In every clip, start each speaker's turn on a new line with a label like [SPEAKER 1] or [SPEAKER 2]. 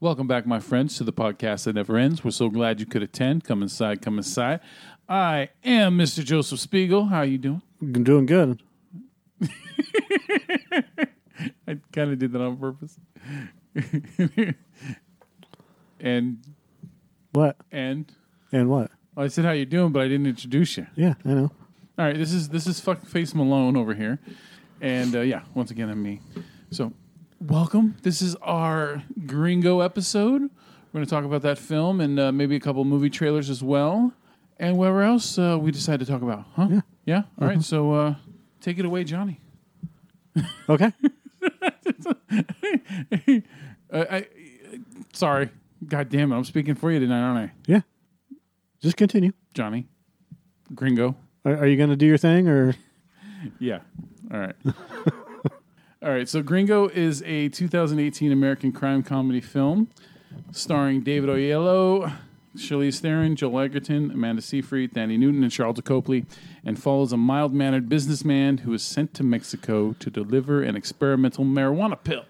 [SPEAKER 1] Welcome back, my friends, to the podcast that never ends. We're so glad you could attend. Come inside, come inside. I am Mr. Joseph Spiegel. How are you doing?
[SPEAKER 2] I'm doing good.
[SPEAKER 1] I kind of did that on purpose. and
[SPEAKER 2] What
[SPEAKER 1] and
[SPEAKER 2] and what?
[SPEAKER 1] well, I said how you doing, but I didn't introduce you.
[SPEAKER 2] Yeah, I know.
[SPEAKER 1] All right, this is this is fuck face Malone over here, and uh, yeah, once again I'm me. So, welcome. This is our Gringo episode. We're going to talk about that film and uh, maybe a couple movie trailers as well, and whatever else uh, we decide to talk about. Huh? Yeah. All right. So, uh, take it away, Johnny.
[SPEAKER 2] Okay.
[SPEAKER 1] Uh, I, sorry. God damn it! I'm speaking for you tonight, aren't I,
[SPEAKER 2] yeah. Just continue.
[SPEAKER 1] Johnny? Gringo.
[SPEAKER 2] Are, are you going to do your thing or?
[SPEAKER 1] Yeah. All right. All right. So Gringo is a 2018 American crime comedy film starring David Oyelowo, Shelley Theron, Joel Egerton, Amanda Seyfried, Danny Newton, and Charles Copley, and follows a mild mannered businessman who is sent to Mexico to deliver an experimental marijuana pill.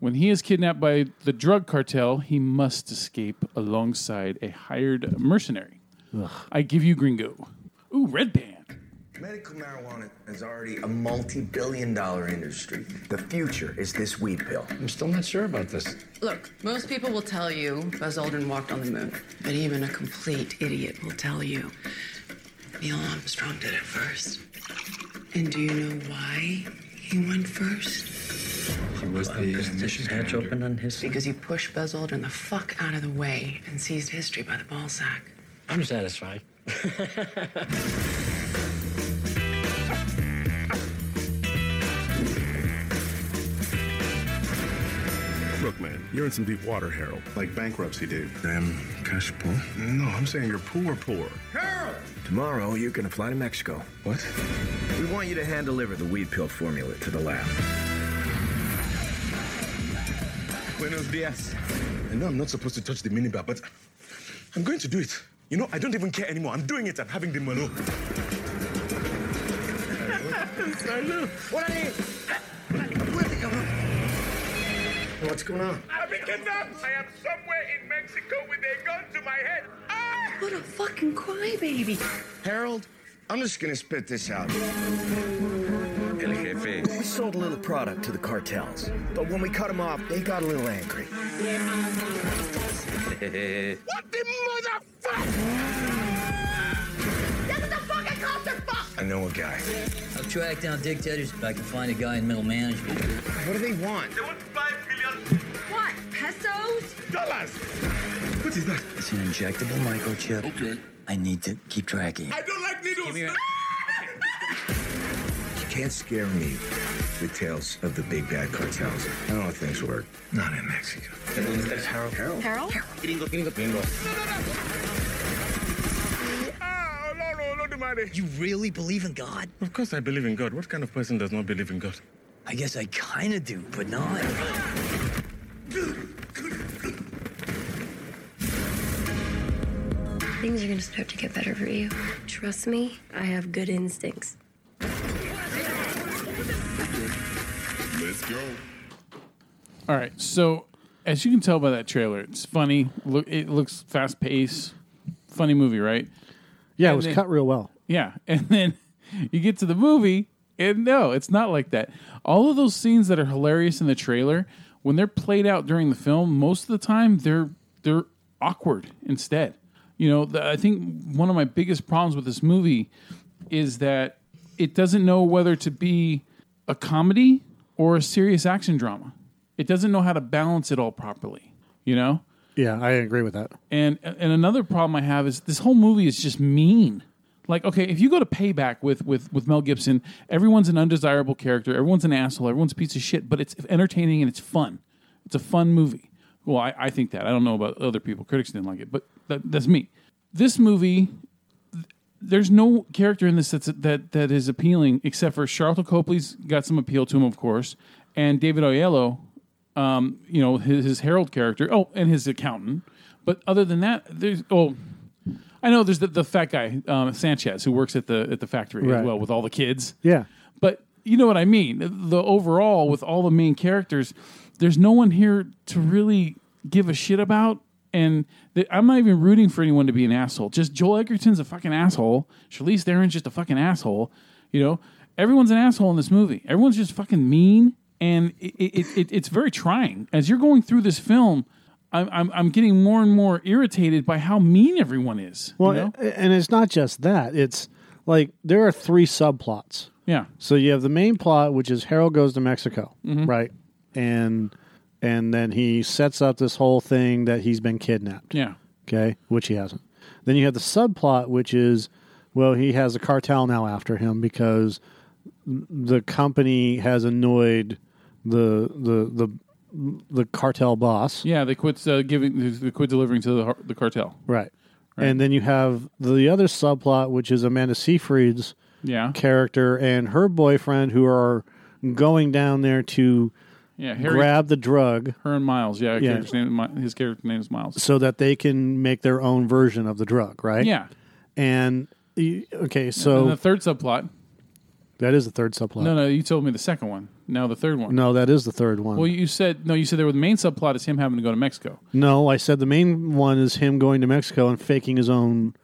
[SPEAKER 1] When he is kidnapped by the drug cartel, he must escape alongside a hired mercenary. I give you Gringo. Ooh, Red Band.
[SPEAKER 3] Medical marijuana is already a multi billion dollar industry. The future is this weed pill.
[SPEAKER 4] I'm still not sure about this.
[SPEAKER 5] Look, most people will tell you Buzz Aldrin walked on the moon, but even a complete idiot will tell you Neil Armstrong did it first. And do you know why he went first?
[SPEAKER 4] He was the mission hatch open on his.
[SPEAKER 5] Because he pushed Buzz Aldrin the fuck out of the way and seized history by the ballsack.
[SPEAKER 4] I'm satisfied.
[SPEAKER 6] Look, man, you're in some deep water, Harold. Like bankruptcy, dude.
[SPEAKER 3] Them cash pool.
[SPEAKER 6] No, I'm saying you're poor, poor.
[SPEAKER 3] Tomorrow, you're gonna fly to Mexico.
[SPEAKER 4] What?
[SPEAKER 3] We want you to hand deliver the weed pill formula to the lab.
[SPEAKER 6] Buenos dias. I know I'm not supposed to touch the minibar, but I'm going to do it. You know, I don't even care anymore. I'm doing it. I'm having the Malo.
[SPEAKER 3] What's going on?
[SPEAKER 7] I've been kidnapped. I am somewhere in Mexico with a gun to my head. Ah!
[SPEAKER 5] What a fucking crybaby.
[SPEAKER 3] Harold, I'm just gonna spit this out. We sold a little product to the cartels, but when we cut them off, they got a little angry.
[SPEAKER 7] What the motherfucker? This is a fucking clusterfuck!
[SPEAKER 3] I know a guy.
[SPEAKER 8] I'll track down dictators if I can find a guy in middle management.
[SPEAKER 3] What do they want?
[SPEAKER 7] They want five million
[SPEAKER 9] What? Pesos?
[SPEAKER 7] dollars.
[SPEAKER 6] What is that?
[SPEAKER 8] It's an injectable microchip. Okay. I need to keep tracking.
[SPEAKER 7] I don't like needles.
[SPEAKER 3] You can't scare me with tales of the big bad cartels. I don't know how things work. Not in Mexico.
[SPEAKER 9] Harold?
[SPEAKER 7] Ah, no, no, no, the money.
[SPEAKER 8] You really believe in God?
[SPEAKER 6] Of course I believe in God. What kind of person does not believe in God?
[SPEAKER 8] I guess I kinda do, but not.
[SPEAKER 9] Things are gonna start to get better for you. Trust me, I have good instincts.
[SPEAKER 1] All right. So, as you can tell by that trailer, it's funny. Look, it looks fast paced. Funny movie, right?
[SPEAKER 2] Yeah, it
[SPEAKER 1] And
[SPEAKER 2] was
[SPEAKER 1] then-
[SPEAKER 2] cut real well.
[SPEAKER 1] Yeah. And then you get to the movie, and no, it's not like that. All of those scenes that are hilarious in the trailer, when they're played out during the film, most of the time they're they're awkward instead. You know, the, I think one of my biggest problems with this movie is that it doesn't know whether to be a comedy or a serious action drama. It doesn't know how to balance it all properly, you know?
[SPEAKER 2] Yeah, I agree with that.
[SPEAKER 1] And and another problem I have is this whole movie is just mean. Like, okay, if you go to Payback with with with Mel Gibson, everyone's an undesirable character, everyone's an asshole, everyone's a piece of shit, but it's entertaining and it's fun. It's a fun movie. Well, I, I think that. I don't know about other people. Critics didn't like it, but that, that's me. This movie, th- there's no character in this that's, that that is appealing except for Charlton Copley's got some appeal to him, of course, and David Oyelowo um, you know, his, his Herald character. Oh, and his accountant. But other than that, there's oh, I know there's the, the fat guy um, Sanchez who works at the at the factory as
[SPEAKER 2] Right.
[SPEAKER 1] well with all the kids.
[SPEAKER 2] Yeah.
[SPEAKER 1] But you know what I mean. The overall with all the main characters, there's no one here to really give a shit about. And th- I'm not even rooting for anyone to be an asshole. Just Joel Edgerton's a fucking asshole. Charlize Theron's just a fucking asshole. You know, everyone's an asshole in this movie. Everyone's just fucking mean, and it, it, it, it's very trying. As you're going through this film, I'm, I'm I'm getting more and more irritated by how mean everyone is.
[SPEAKER 2] Well,
[SPEAKER 1] you know?
[SPEAKER 2] a- and it's not just that. It's like there are three subplots.
[SPEAKER 1] yeah,
[SPEAKER 2] So you have the main plot, which is Harold goes to Mexico, right? And and then he sets up this whole thing that he's been kidnapped.
[SPEAKER 1] yeah,
[SPEAKER 2] Okay, which he hasn't. Then you have the subplot, which is well, he has a cartel now after him because the company has annoyed the the the the cartel boss.
[SPEAKER 1] yeah. They quit uh, giving. They quit delivering to the, har- the cartel.
[SPEAKER 2] Right. And then you have the other subplot, which is Amanda Seyfried's
[SPEAKER 1] Yeah,
[SPEAKER 2] character and her boyfriend who are going down there to
[SPEAKER 1] yeah. Harry,
[SPEAKER 2] grab the drug
[SPEAKER 1] her and Miles. Yeah,
[SPEAKER 2] Yeah.
[SPEAKER 1] Character's name, Mi- his character name is Miles.
[SPEAKER 2] so that they can make their own version of the drug, right?
[SPEAKER 1] Yeah.
[SPEAKER 2] And y- okay,
[SPEAKER 1] and
[SPEAKER 2] so
[SPEAKER 1] the third subplot.
[SPEAKER 2] that is the third subplot.
[SPEAKER 1] No, no, you told me the second one. Now the third one.
[SPEAKER 2] No, that is the third one.
[SPEAKER 1] Well, you said no. You said there were the main subplot is him having to go to Mexico.
[SPEAKER 2] no, I said the main one is him going to Mexico and faking his own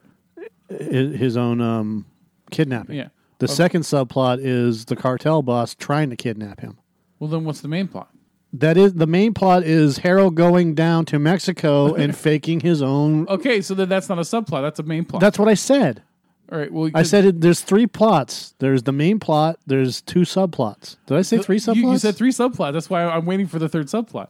[SPEAKER 2] his, his own um, kidnapping.
[SPEAKER 1] Yeah.
[SPEAKER 2] The second subplot is the cartel boss trying to kidnap him.
[SPEAKER 1] Well, then what's the main plot?
[SPEAKER 2] That is the main plot is Harold going down to Mexico and faking his own.
[SPEAKER 1] Okay, so then that's not a subplot. That's a main plot.
[SPEAKER 2] That's what I said.
[SPEAKER 1] all right. Well,
[SPEAKER 2] I said it, there's three plots. There's the main plot. There's two subplots. Did I say three subplots?
[SPEAKER 1] You, you said three subplots. That's why I'm waiting for the third subplot.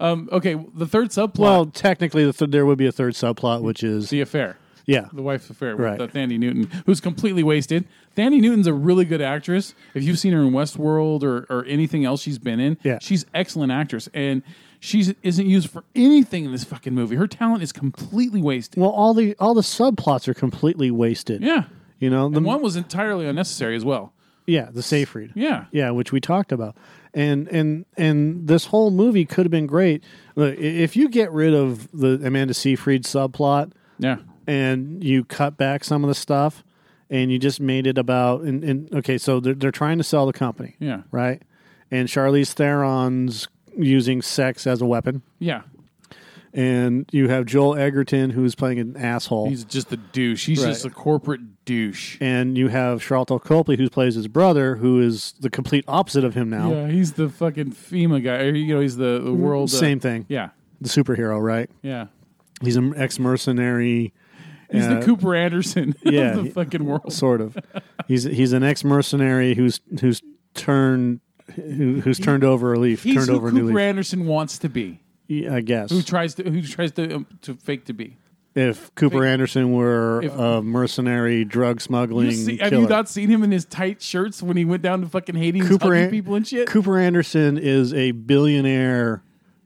[SPEAKER 1] Um, okay, the third subplot.
[SPEAKER 2] Well, technically, the th- there would be a third subplot, which is
[SPEAKER 1] the affair,
[SPEAKER 2] yeah,
[SPEAKER 1] the wife's affair with
[SPEAKER 2] Right.
[SPEAKER 1] uh, Thandi Newton, who's completely wasted. Thandi Newton's a really good actress. If you've seen her in Westworld or, or anything else she's been in,
[SPEAKER 2] Yeah.
[SPEAKER 1] she's excellent actress, and she's isn't used for anything in this fucking movie. Her talent is completely wasted.
[SPEAKER 2] Well, all the all the subplots are completely wasted.
[SPEAKER 1] yeah,
[SPEAKER 2] you know the
[SPEAKER 1] and one was entirely unnecessary as well.
[SPEAKER 2] yeah the Seyfried.
[SPEAKER 1] Yeah.
[SPEAKER 2] yeah, which we talked about, and and and this whole movie could have been great. Look, i- if you get rid of the Amanda Seyfried subplot,
[SPEAKER 1] Yeah,
[SPEAKER 2] and you cut back some of the stuff and you just made it about and, and okay so they're, they're trying to sell the company
[SPEAKER 1] Yeah.
[SPEAKER 2] right and charlize theron's using sex as a weapon
[SPEAKER 1] yeah.
[SPEAKER 2] and you have joel egerton who's playing an asshole
[SPEAKER 1] He's just a douche. He's
[SPEAKER 2] Right.
[SPEAKER 1] just a corporate douche.
[SPEAKER 2] and you have charlton copley who plays his brother who is the complete opposite of him now
[SPEAKER 1] Yeah, he's the fucking FEMA guy. Or, You know, he's the, the world. uh,
[SPEAKER 2] Mm-hmm. same thing
[SPEAKER 1] Yeah,
[SPEAKER 2] the superhero right
[SPEAKER 1] yeah.
[SPEAKER 2] he's an ex-mercenary
[SPEAKER 1] He's
[SPEAKER 2] uh,
[SPEAKER 1] the Cooper Anderson
[SPEAKER 2] yeah,
[SPEAKER 1] of the
[SPEAKER 2] he-
[SPEAKER 1] fucking world.
[SPEAKER 2] sort of. he's he's an ex mercenary who's who's turned who, who's turned over a leaf,
[SPEAKER 1] He's
[SPEAKER 2] turned
[SPEAKER 1] who
[SPEAKER 2] over a
[SPEAKER 1] Cooper
[SPEAKER 2] new leaf.
[SPEAKER 1] Anderson wants to be.
[SPEAKER 2] Yeah, I guess
[SPEAKER 1] Who tries to who tries to um, to fake to be.
[SPEAKER 2] if Cooper Anderson were
[SPEAKER 1] if-
[SPEAKER 2] a mercenary drug
[SPEAKER 1] You
[SPEAKER 2] smuggling
[SPEAKER 1] see- have
[SPEAKER 2] killer,
[SPEAKER 1] you not seen him in his tight shirts when he went down to fucking Haiti and was
[SPEAKER 2] Cooper
[SPEAKER 1] hugging
[SPEAKER 2] An-
[SPEAKER 1] people and shit?
[SPEAKER 2] Cooper Anderson is a billionaire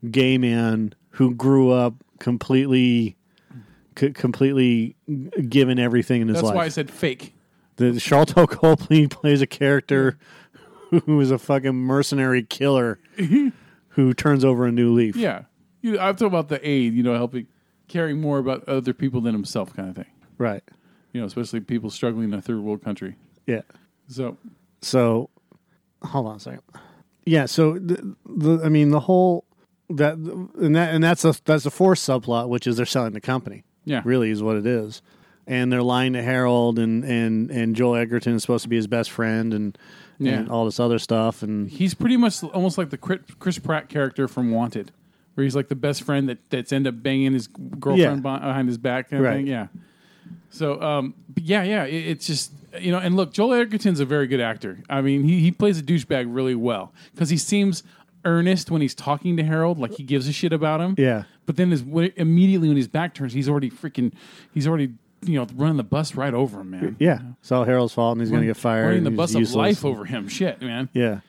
[SPEAKER 2] gay man who grew up completely. c- Completely given everything in his
[SPEAKER 1] That's
[SPEAKER 2] life.
[SPEAKER 1] why I said fake.
[SPEAKER 2] The Charlton Copley plays a character who is a fucking mercenary killer who turns over a new leaf.
[SPEAKER 1] Yeah, you, I'm talking about the aid. You know, helping caring more about other people than himself, kind of thing.
[SPEAKER 2] Right.
[SPEAKER 1] You know, especially people struggling in a third world country.
[SPEAKER 2] Yeah.
[SPEAKER 1] So
[SPEAKER 2] So, hold on a second. Yeah. So, the, the, I mean, the whole that and that and that's a that's a fourth subplot, which is they're selling the company.
[SPEAKER 1] Yeah.
[SPEAKER 2] Really is what it is, and they're lying to Harold and and and Joel Egerton is supposed to be his best friend and
[SPEAKER 1] Yeah.
[SPEAKER 2] and all this other stuff and
[SPEAKER 1] he's pretty much almost like the Chris Chris Pratt character from Wanted, where he's like the best friend that that's end up banging his girlfriend
[SPEAKER 2] Yeah.
[SPEAKER 1] beh- behind his back kind of
[SPEAKER 2] Right.
[SPEAKER 1] thing. Yeah. So, um, but yeah, yeah, it, it's just you know, and look, Joel Edgerton's a very good actor. I mean, he he plays a douchebag really well because he seems earnest when he's talking to Harold, like he gives a shit about him.
[SPEAKER 2] Yeah.
[SPEAKER 1] But then, his, when- immediately when his back turns, he's already freaking, he's already you know running the bus right over him, man.
[SPEAKER 2] yeah, it's all Harold's fault and he's going to get fired.
[SPEAKER 1] Running the
[SPEAKER 2] and
[SPEAKER 1] bus
[SPEAKER 2] he's
[SPEAKER 1] of
[SPEAKER 2] useless.
[SPEAKER 1] life over him, shit, man.
[SPEAKER 2] Yeah.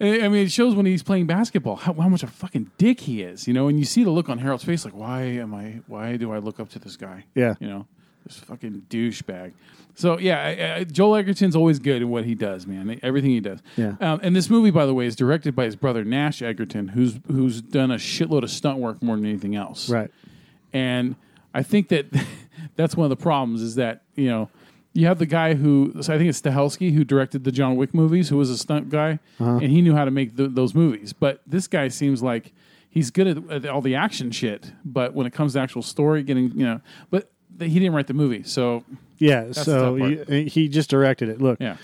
[SPEAKER 1] I I mean, it shows when he's playing basketball how, how much a fucking dick he is, you know. And you see the look on Harold's face, like, why am I? Why do I look up to this guy?
[SPEAKER 2] Yeah.
[SPEAKER 1] you know, this fucking douchebag. So yeah, I, I, Joel Egerton's always good in what he does, man. Everything he does.
[SPEAKER 2] Yeah.
[SPEAKER 1] Um, and this movie, by the way, is directed by his brother Nash Egerton, who's who's done a shitload of stunt work more than anything else.
[SPEAKER 2] Right.
[SPEAKER 1] And I think that that's one of the problems is that, you know, you have the guy who, so I think it's Stahelski who directed the John Uh-huh. Wick movies, who was a stunt guy, and he knew how to make th those movies. But this guy seems like he's good at, at all the action shit, but when it comes to actual story, getting you know, but th- he didn't write the movie, so
[SPEAKER 2] Yeah,
[SPEAKER 1] the
[SPEAKER 2] so
[SPEAKER 1] tough part.
[SPEAKER 2] he, he just directed it. Look,
[SPEAKER 1] yeah,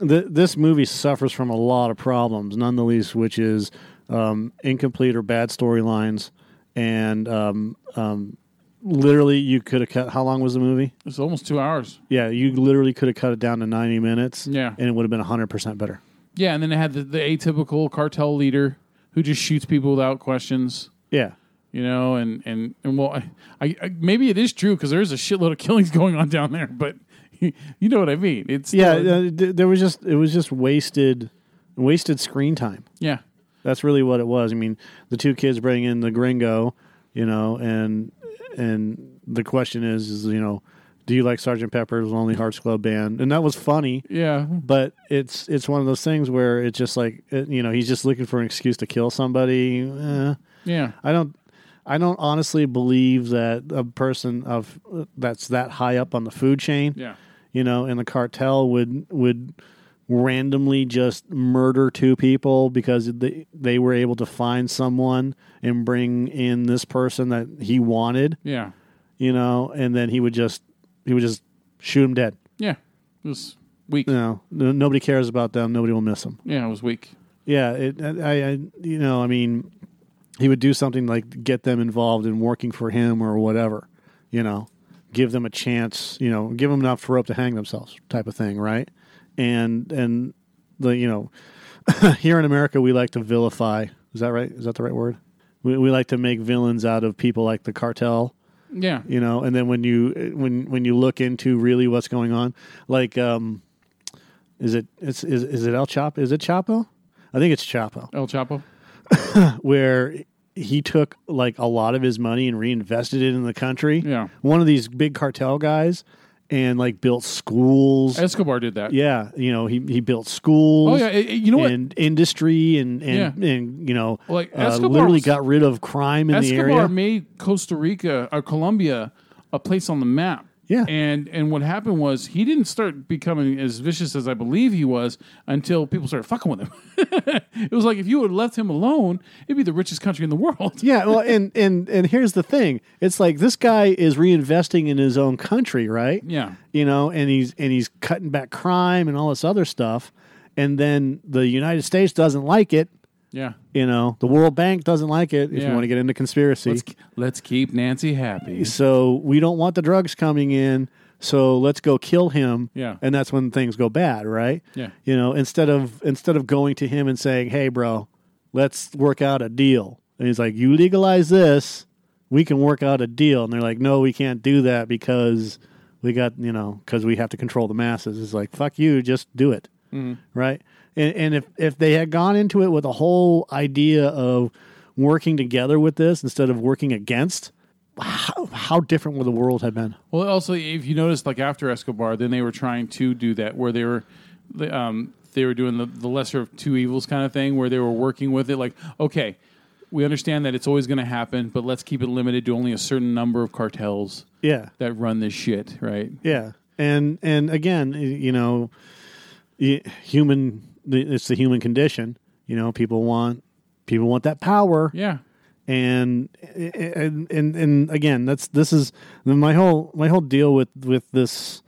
[SPEAKER 2] th- this movie suffers from a lot of problems, none the least which is um, incomplete or bad storylines, and um, um, literally you could have cut. How long was the movie?
[SPEAKER 1] it's almost two hours.
[SPEAKER 2] Yeah, you literally could have cut it down to ninety minutes.
[SPEAKER 1] Yeah.
[SPEAKER 2] and it would have been hundred percent better.
[SPEAKER 1] Yeah, and then it had the, the atypical cartel leader who just shoots people without questions.
[SPEAKER 2] Yeah,
[SPEAKER 1] You know, and and and well, I, I, I maybe it is true because there is a shitload of killings going on down there, but you know what I mean. It's
[SPEAKER 2] yeah.
[SPEAKER 1] still-
[SPEAKER 2] uh, th- there was just it was just wasted, wasted screen time.
[SPEAKER 1] yeah,
[SPEAKER 2] That's really what it was. I mean, the two kids bring in the gringo, you know, and and the question is, is you know, do you like Sergeant Pepper's Lonely Hearts Club Band? And that was funny,
[SPEAKER 1] yeah.
[SPEAKER 2] but it's it's one of those things where it's just like it, you know he's just looking for an excuse to kill somebody. Eh,
[SPEAKER 1] Yeah.
[SPEAKER 2] I don't. I don't honestly believe that a person of that's that high up on the food chain,
[SPEAKER 1] Yeah.
[SPEAKER 2] you know, in the cartel would would randomly just murder two people because they they were able to find someone and bring in this person that he wanted,
[SPEAKER 1] Yeah.
[SPEAKER 2] you know, and then he would just he would just shoot him dead.
[SPEAKER 1] Yeah. It was weak.
[SPEAKER 2] You
[SPEAKER 1] Yeah,
[SPEAKER 2] know, no, nobody cares about them. Nobody will miss them.
[SPEAKER 1] it was weak.
[SPEAKER 2] Yeah, it, I, I, you know, I mean, he would do something like get them involved in working for him or whatever, you know, give them a chance, you know, give them enough rope to hang themselves, type of thing, right? And and the you know, here in America we like to vilify. Is that right? Is that the right word? We, we like to make villains out of people like the cartel
[SPEAKER 1] Yeah.
[SPEAKER 2] you know and then when you when when you look into really what's going on like um is it it's is, is it el chapo is it chapo i think it's chapo
[SPEAKER 1] El Chapo.
[SPEAKER 2] where he took like a lot of his money and reinvested it in the country
[SPEAKER 1] Yeah.
[SPEAKER 2] one of these big cartel guys and like built schools
[SPEAKER 1] Escobar did that.
[SPEAKER 2] yeah you know he, he built schools
[SPEAKER 1] Oh yeah. it- it- you know what?
[SPEAKER 2] and industry and and,
[SPEAKER 1] Yeah.
[SPEAKER 2] and you know
[SPEAKER 1] Like,
[SPEAKER 2] uh,
[SPEAKER 1] Escobar
[SPEAKER 2] literally
[SPEAKER 1] was-
[SPEAKER 2] got rid of crime in
[SPEAKER 1] Escobar
[SPEAKER 2] the area
[SPEAKER 1] made Costa Rica or Colombia a place on the map.
[SPEAKER 2] Yeah.
[SPEAKER 1] And and what happened was he didn't start becoming as vicious as I believe he was until people started fucking with him. it was like if you had left him alone, it'd be the richest country in the world.
[SPEAKER 2] Yeah, well, and and and here's the thing: it's like this guy is reinvesting in his own country, right?
[SPEAKER 1] Yeah.
[SPEAKER 2] you know, and he's and he's cutting back crime and all this other stuff, and then the United States doesn't like it.
[SPEAKER 1] Yeah.
[SPEAKER 2] You know, the World Bank doesn't like it. If
[SPEAKER 1] Yeah.
[SPEAKER 2] you want to get into conspiracy,
[SPEAKER 1] Let's, let's keep Nancy happy.
[SPEAKER 2] so we don't want the drugs coming in. So let's go kill him.
[SPEAKER 1] Yeah.
[SPEAKER 2] and that's when things go bad, right?
[SPEAKER 1] Yeah.
[SPEAKER 2] you know, instead of instead of going to him and saying, "Hey, bro, let's work out a deal," and he's like, "You legalize this, we can work out a deal," and they're like, "No, we can't do that because we got you know because we have to control the masses." It's like, "Fuck you, just do it," right? And, and if if they had gone into it with a whole idea of working together with this instead of working against, how, how different would the world have been?
[SPEAKER 1] Well, also, if you notice, like after Escobar, then they were trying to do that where they were, they, um, they were doing the, the lesser of two evils kind of thing, where they were working with it. Like, okay, we understand that it's always going to happen, but let's keep it limited to only a certain number of cartels
[SPEAKER 2] Yeah,
[SPEAKER 1] that run this shit, right?
[SPEAKER 2] Yeah, and and again, y- you know, y- human. It's the human condition. You know, people want people want that power,
[SPEAKER 1] Yeah,
[SPEAKER 2] and and and and again, that's this is my whole my whole deal with with this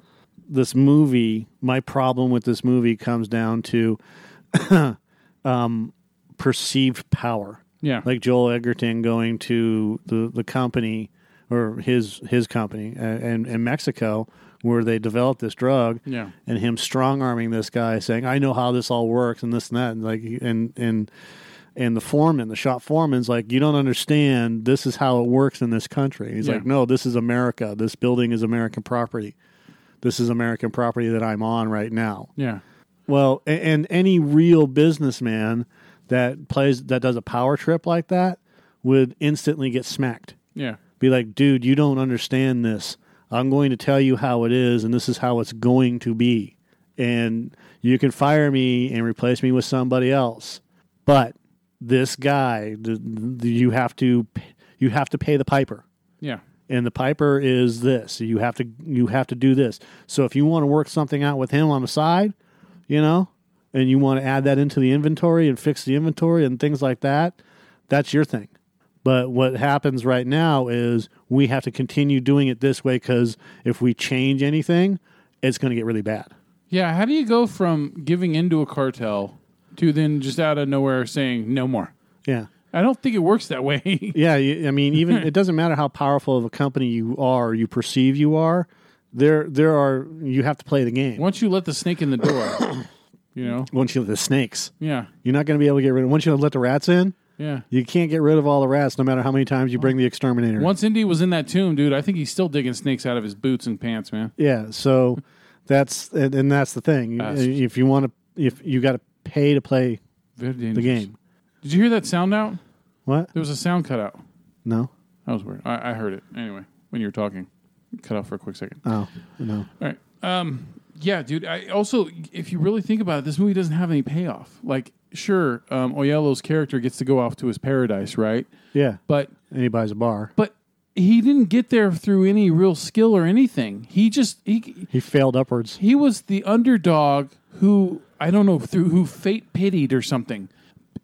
[SPEAKER 2] this movie. My problem with this movie comes down to um, perceived power
[SPEAKER 1] yeah,
[SPEAKER 2] like Joel Edgerton going to the, the company or his his company uh, in, in Mexico where they developed this drug
[SPEAKER 1] Yeah.
[SPEAKER 2] and him strong arming this guy saying I know how this all works and this and that and like and and and the foreman the shop foreman's like you don't understand this is how it works in this country he's
[SPEAKER 1] Yeah.
[SPEAKER 2] like no this is America this building is American property this is American property that I'm on right now
[SPEAKER 1] yeah,
[SPEAKER 2] well, a- and any real businessman that plays that does a power trip like that would instantly get smacked.
[SPEAKER 1] yeah,
[SPEAKER 2] Be like, dude, you don't understand this. I'm going to tell you how it is, and this is how it's going to be. And you can fire me and replace me with somebody else, but this guy, the, the, you have to, p- you have to pay the piper
[SPEAKER 1] yeah,
[SPEAKER 2] and the piper is this you have to you have to do this so if you want to work something out with him on the side you know and you want to add that into the inventory and fix the inventory and things like that that's your thing But what happens right now is we have to continue doing it this way because if we change anything, it's going to get really bad.
[SPEAKER 1] Yeah, how do you go from giving into a cartel to then just out of nowhere saying no more?
[SPEAKER 2] Yeah.
[SPEAKER 1] I don't think it works that way.
[SPEAKER 2] Yeah, you, I mean, even it doesn't matter how powerful of a company you are, or you perceive you are. There, there are you have to play the game.
[SPEAKER 1] Once you let the snake in the door, you know?
[SPEAKER 2] Once you let the snakes,
[SPEAKER 1] Yeah.
[SPEAKER 2] you're not going to be able to get rid of. Once you let the rats in,
[SPEAKER 1] Yeah.
[SPEAKER 2] you can't get rid of all the rats, no matter how many times you bring the exterminator.
[SPEAKER 1] Once Indy was in that tomb, dude, I think he's still digging snakes out of his boots and pants, man.
[SPEAKER 2] Yeah, so that's and, and that's the thing.
[SPEAKER 1] That's-
[SPEAKER 2] if you want to, if you got to pay to play
[SPEAKER 1] Very dangerous.
[SPEAKER 2] the game,
[SPEAKER 1] Did you hear that sound out?
[SPEAKER 2] what?
[SPEAKER 1] There was a sound cut out.
[SPEAKER 2] No,
[SPEAKER 1] That was weird. I, I heard it. Anyway, when you were talking, it cut out for a quick second.
[SPEAKER 2] oh no,
[SPEAKER 1] All right. Um, yeah, dude. I also, if you really think about it, this movie doesn't have any payoff. Like, sure, um, Oyelo's character gets to go off to his paradise, right?
[SPEAKER 2] yeah.
[SPEAKER 1] But,
[SPEAKER 2] and he buys a bar.
[SPEAKER 1] but he didn't get there through any real skill or anything. He just he
[SPEAKER 2] He failed upwards.
[SPEAKER 1] he was the underdog who I don't know through who fate pitied or something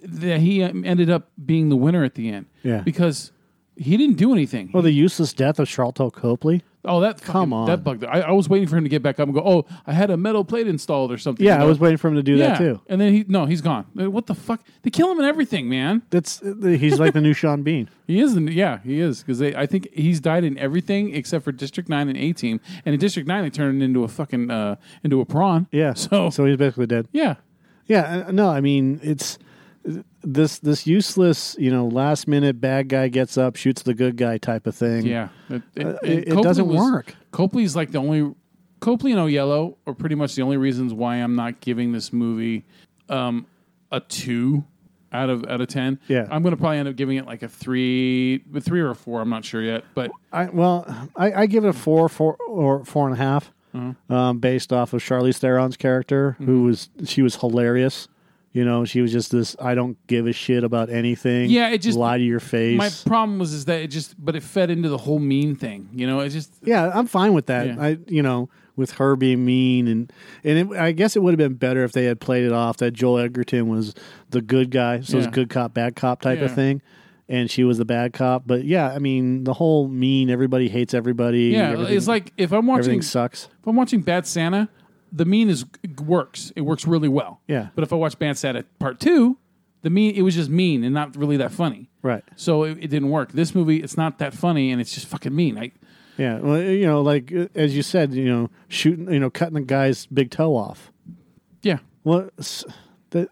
[SPEAKER 1] that he um, ended up being the winner at the end.
[SPEAKER 2] Yeah.
[SPEAKER 1] because he didn't do anything.
[SPEAKER 2] Well, Oh, the useless death of Charlton Copley.
[SPEAKER 1] oh, that fucking-
[SPEAKER 2] come on.
[SPEAKER 1] that bugged. I, I was waiting for him to get back up and go. Oh, I had a metal plate installed or something.
[SPEAKER 2] Yeah,
[SPEAKER 1] you
[SPEAKER 2] I
[SPEAKER 1] know?
[SPEAKER 2] was waiting for him to do
[SPEAKER 1] yeah.
[SPEAKER 2] that too.
[SPEAKER 1] And then he no, he's gone. Uh, What the fuck? They kill him in everything, man.
[SPEAKER 2] That's uh, he's like the new Sean Bean.
[SPEAKER 1] He is. not Yeah, he is because I think he's died in everything except for District Nine and A Team. And in District Nine, they turned him into a fucking uh, into a prawn.
[SPEAKER 2] Yeah.
[SPEAKER 1] So,
[SPEAKER 2] so he's basically dead.
[SPEAKER 1] yeah.
[SPEAKER 2] Yeah. uh, No, I mean it's this this useless you know last minute bad guy gets up shoots the good guy type of thing.
[SPEAKER 1] Yeah, it, it-
[SPEAKER 2] Uh,
[SPEAKER 1] and
[SPEAKER 2] it- it
[SPEAKER 1] Copley
[SPEAKER 2] doesn't work.
[SPEAKER 1] Copley's like the only Copley and Oyelowo are pretty much the only reasons why I'm not giving this movie um, a two out of out of ten.
[SPEAKER 2] Yeah.
[SPEAKER 1] I'm going to probably end up giving it like a three, a three or a four. I'm not sure yet, but
[SPEAKER 2] I well, I, I give it a four, four or four and a half,
[SPEAKER 1] Mm-hmm.
[SPEAKER 2] um, based off of Charlize Theron's character, who was she was hilarious. You know, she was just this. I don't give a shit about anything.
[SPEAKER 1] Yeah, it just-
[SPEAKER 2] lie to your face.
[SPEAKER 1] my problem was is that it just, but it fed into the whole mean thing. You know, it just
[SPEAKER 2] yeah, I'm fine with that.
[SPEAKER 1] Yeah.
[SPEAKER 2] I you know with her being mean and and it, I guess it would have been better if they had played it off that Joel Edgerton was the good guy, so it was
[SPEAKER 1] Yeah.
[SPEAKER 2] good cop bad cop type
[SPEAKER 1] Yeah.
[SPEAKER 2] of thing. And she was the bad cop, but yeah, I mean the whole mean everybody hates everybody.
[SPEAKER 1] yeah,
[SPEAKER 2] everything-
[SPEAKER 1] it's like if I'm watching
[SPEAKER 2] everything sucks.
[SPEAKER 1] if I'm watching Bad Santa, the mean is works. It works really well.
[SPEAKER 2] Yeah.
[SPEAKER 1] But if I watch Bad Santa Part Two, the mean it was just mean and not really that funny.
[SPEAKER 2] Right.
[SPEAKER 1] So it, it didn't work. This movie, it's not that funny and it's just fucking mean. I
[SPEAKER 2] Yeah, well, you know, like uh, as you said, you know, shooting, you know, cutting the guy's big toe off.
[SPEAKER 1] yeah,
[SPEAKER 2] Well, s- that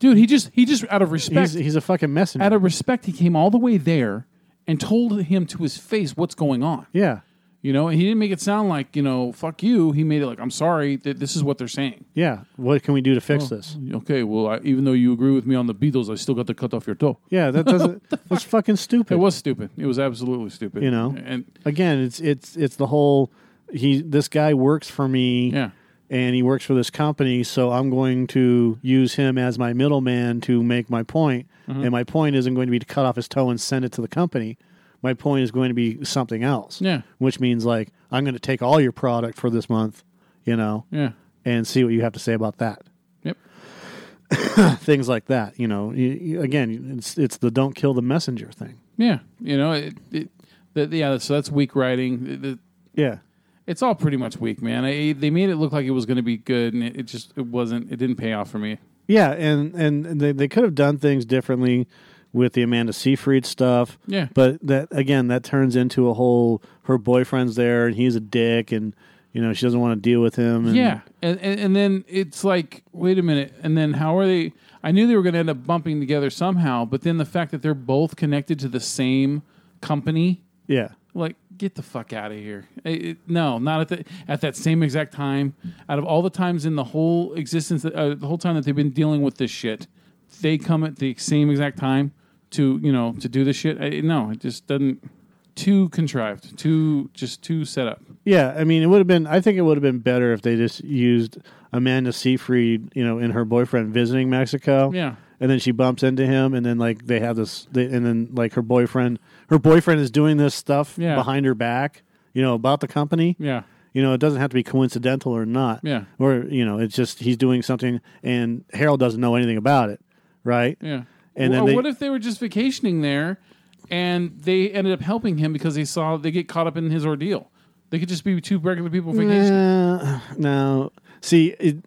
[SPEAKER 1] dude, he just he just out of respect,
[SPEAKER 2] he's he's a fucking messenger.
[SPEAKER 1] out of respect, he came all the way there and told him to his face what's going on.
[SPEAKER 2] yeah,
[SPEAKER 1] You know, and he didn't make it sound like you know fuck you. He made it like I'm sorry that this is what they're saying.
[SPEAKER 2] yeah. What can we do to fix
[SPEAKER 1] Oh.
[SPEAKER 2] this?
[SPEAKER 1] Okay, well, I, even though you agree with me on the Beatles, I still got to cut off your toe.
[SPEAKER 2] Yeah, that doesn't. that's fucking stupid.
[SPEAKER 1] It was stupid. It was absolutely stupid.
[SPEAKER 2] You know?
[SPEAKER 1] and
[SPEAKER 2] Again, it's it's it's the whole he. This guy works for me.
[SPEAKER 1] Yeah.
[SPEAKER 2] And he works for this company, so I'm going to use him as my middleman to make my point.
[SPEAKER 1] Mm-hmm.
[SPEAKER 2] And my point isn't going to be to cut off his toe and send it to the company. My point is going to be something else.
[SPEAKER 1] Yeah.
[SPEAKER 2] Which means like I'm going to take all your product for this month, you know,
[SPEAKER 1] yeah,
[SPEAKER 2] and see what you have to say about that.
[SPEAKER 1] yep,
[SPEAKER 2] Things like that, you know. You, you- again, it's it's the don't kill the messenger thing.
[SPEAKER 1] yeah. You know, it, it that, yeah. So that's weak writing. It- it-
[SPEAKER 2] Yeah.
[SPEAKER 1] it's all pretty much weak, man. I, they made it look like it was going to be good, and it, it just it wasn't. It didn't pay off for me.
[SPEAKER 2] Yeah, and and they, they could have done things differently with the Amanda Seyfried stuff.
[SPEAKER 1] Yeah.
[SPEAKER 2] but that again, that turns into a whole. Her boyfriend's there, and he's a dick, and you know she doesn't want to deal with him. And,
[SPEAKER 1] Yeah, and, and and then it's like, wait a minute, and then how are they? I knew they were going to end up bumping together somehow, but then the fact that they're both connected to the same company,
[SPEAKER 2] yeah,
[SPEAKER 1] like get the fuck out of here It- it- no not at the at that same exact time out of all the times in the whole existence that- uh, the whole time that they've been dealing with this shit they come at the same exact time to you know to do this shit I, no it just doesn't too contrived too just too set up
[SPEAKER 2] yeah. I mean, it would have been. I think it would have been better if they just used Amanda Seyfried, you know, and her boyfriend visiting Mexico.
[SPEAKER 1] Yeah.
[SPEAKER 2] and then she bumps into him, and then like they have this, they, and then like her boyfriend, her boyfriend is doing this stuff
[SPEAKER 1] Yeah.
[SPEAKER 2] behind her back, you know, about the company.
[SPEAKER 1] yeah
[SPEAKER 2] You know, it doesn't have to be coincidental or not.
[SPEAKER 1] Yeah.
[SPEAKER 2] Or, you know, it's just he's doing something and Harold doesn't know anything about it, right?
[SPEAKER 1] yeah
[SPEAKER 2] And
[SPEAKER 1] Or
[SPEAKER 2] then they-
[SPEAKER 1] what if they were just vacationing there and they ended up helping him because they saw they get caught up in his ordeal. They could just be two regular people vacationing.
[SPEAKER 2] Uh, no. See, it,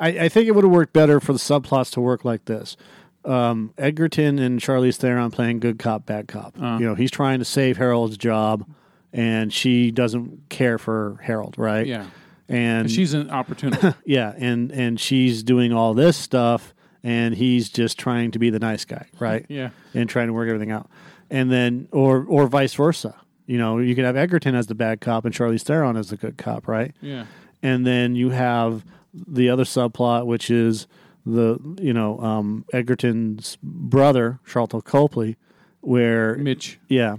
[SPEAKER 2] I, I think it would have worked better for the subplots to work like this. Um, Edgerton and Charlize Theron playing good cop, bad cop.
[SPEAKER 1] Uh.
[SPEAKER 2] You know, he's trying to save Harold's job, and she doesn't care for Harold, right?
[SPEAKER 1] Yeah.
[SPEAKER 2] And
[SPEAKER 1] She's an opportunist.
[SPEAKER 2] yeah, and and she's doing all this stuff, and he's just trying to be the nice guy, right?
[SPEAKER 1] Yeah.
[SPEAKER 2] and trying to work everything out, and then or or vice versa. You know, you could have Egerton as the bad cop and Charlize Theron as the good cop, right?
[SPEAKER 1] yeah.
[SPEAKER 2] and then you have the other subplot, which is the you know um, Egerton's brother, Charlton Copley, where
[SPEAKER 1] Mitch.
[SPEAKER 2] yeah,